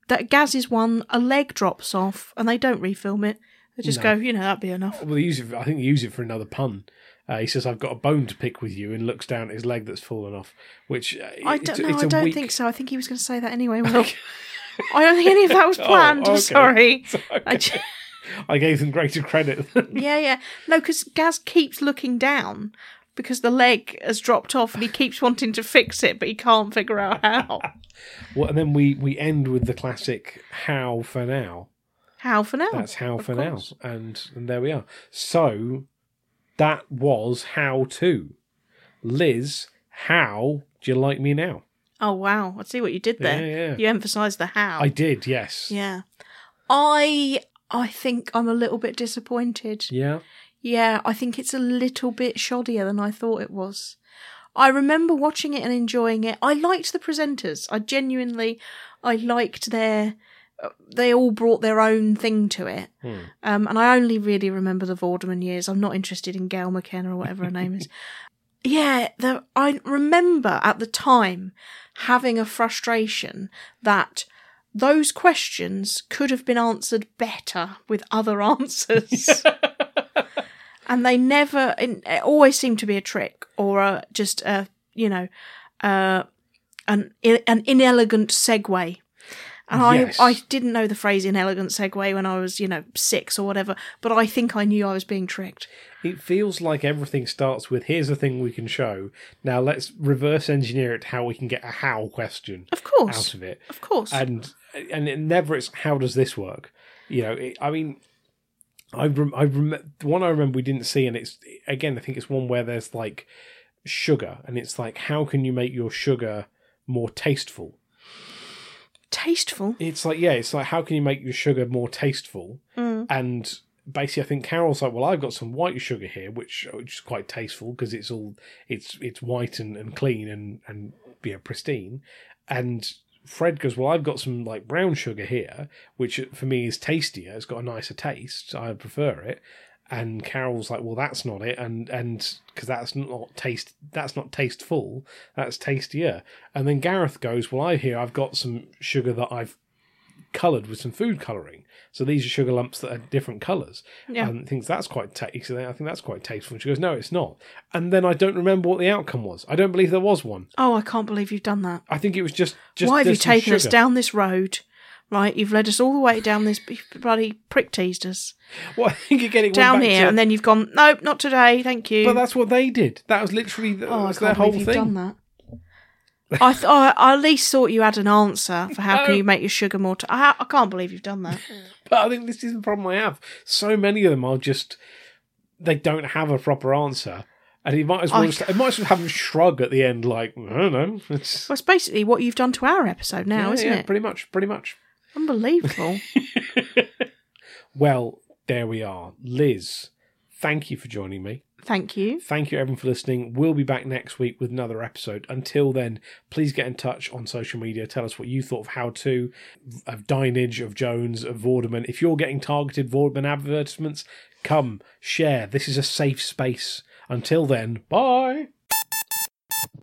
S1: that gaz is one a leg drops off and they don't refilm it they just
S3: No.
S1: go you know that'd be enough
S3: Well, they use it. I think they use it for another pun. Uh, he says, "I've got a bone to pick with you," and looks down at his leg that's fallen off. Which uh,
S1: i
S3: it's-
S1: don't know
S3: it's
S1: i
S3: a
S1: don't
S3: weak-
S1: think so i think he was going to say that anyway well i don't think any of that was planned
S3: Oh, okay.
S1: sorry I
S3: Okay.
S1: ju-
S3: I gave them greater credit.
S1: yeah yeah no because gaz keeps looking down because the leg has dropped off and he keeps wanting to fix it but he can't figure out how
S3: well, and then we we end with the classic "How for now."
S1: how for now
S3: That's how
S1: Oh, of
S3: for
S1: course.
S3: now, and and there we are. So that was how to Liz. How do you like me now?
S1: Oh wow! I see what you did there.
S3: Yeah, yeah.
S1: You emphasised the how.
S3: I did, yes.
S1: yeah, I I think I'm a little bit disappointed.
S3: Yeah.
S1: Yeah, I think it's a little bit shoddier than I thought it was. I remember watching it and enjoying it. I liked the presenters. I genuinely, I liked their. They all brought their own thing to it, um, and I only really remember the Vorderman years. I'm not interested in Gail McKenna or whatever her name is. Yeah, the, I remember at the time having a frustration that those questions could have been answered better with other answers. and they never, it it always seemed to be a trick or a, just a, you know, uh, an, an inelegant segue. And
S3: Yes.
S1: I, I didn't know the phrase inelegant segue when I was, you know, six or whatever, but I think I knew I was being tricked.
S3: It feels like everything starts with here's a thing we can show. Now let's reverse engineer it to how we can get a how question
S1: Of course.
S3: out of it.
S1: Of course.
S3: and and it never it's how does this work you know it, i mean i rem- i rem- the one i remember we didn't see and it's again i think it's one where there's like sugar and it's like how can you make your sugar more tasteful
S1: Tasteful. Mm.
S3: it's like yeah it's like how can you make your sugar more tasteful and basically, I think Carol's like, "Well, I've got some white sugar here, which, which is quite tasteful because it's all it's it's white and, and clean and and yeah, pristine." And Fred goes, "Well, I've got some like brown sugar here, which for me is tastier. It's got a nicer taste. I prefer it." And Carol's like, "Well, that's not it, and and because that's not taste that's not tasteful. That's tastier." And then Gareth goes, "Well, I hear I've got some sugar that I've coloured with some food colouring. So these are sugar lumps that are different colours.
S1: Yeah.
S3: And thinks that's quite tasty. I think that's quite tasteful. And she goes, no, it's not. And then I don't remember what the outcome was. I don't believe there was one.
S1: Oh, I can't believe you've done that.
S3: I think it was just just.
S1: Why have you
S3: there's some
S1: taken us
S3: sugar.
S1: down this road? Right, you've led us all the way down this you've bloody prick teased us
S3: Well, I think again, it
S1: down
S3: went back
S1: here,
S3: to-
S1: and then you've gone. Nope, not today. Thank you.
S3: But that's what they did. That was literally that
S1: oh, I
S3: was
S1: can't
S3: their
S1: believe
S3: whole
S1: you've done
S3: thing.
S1: that. I, th- I I at least thought you had an answer for how
S3: No.
S1: can you make your sugar more. T- I, I can't believe you've done that.
S3: But I think this is the problem I have. So many of them are just they don't have a proper answer. And he might as well
S1: I-
S3: just, it might as well have a shrug at the end, like I don't know. It's
S1: Well, it's basically what you've done to our episode now,
S3: yeah,
S1: isn't
S3: yeah,
S1: it?
S3: Pretty much, pretty much.
S1: Unbelievable.
S3: Well, there we are. Liz, thank you for joining me.
S1: Thank you.
S3: Thank you, everyone, for listening. We'll be back next week with another episode. Until then, please get in touch on social media. Tell us what you thought of how to, of Dinage, of Jones, of Vorderman. If you're getting targeted Vorderman advertisements, come, share. This is a safe space. Until then, bye.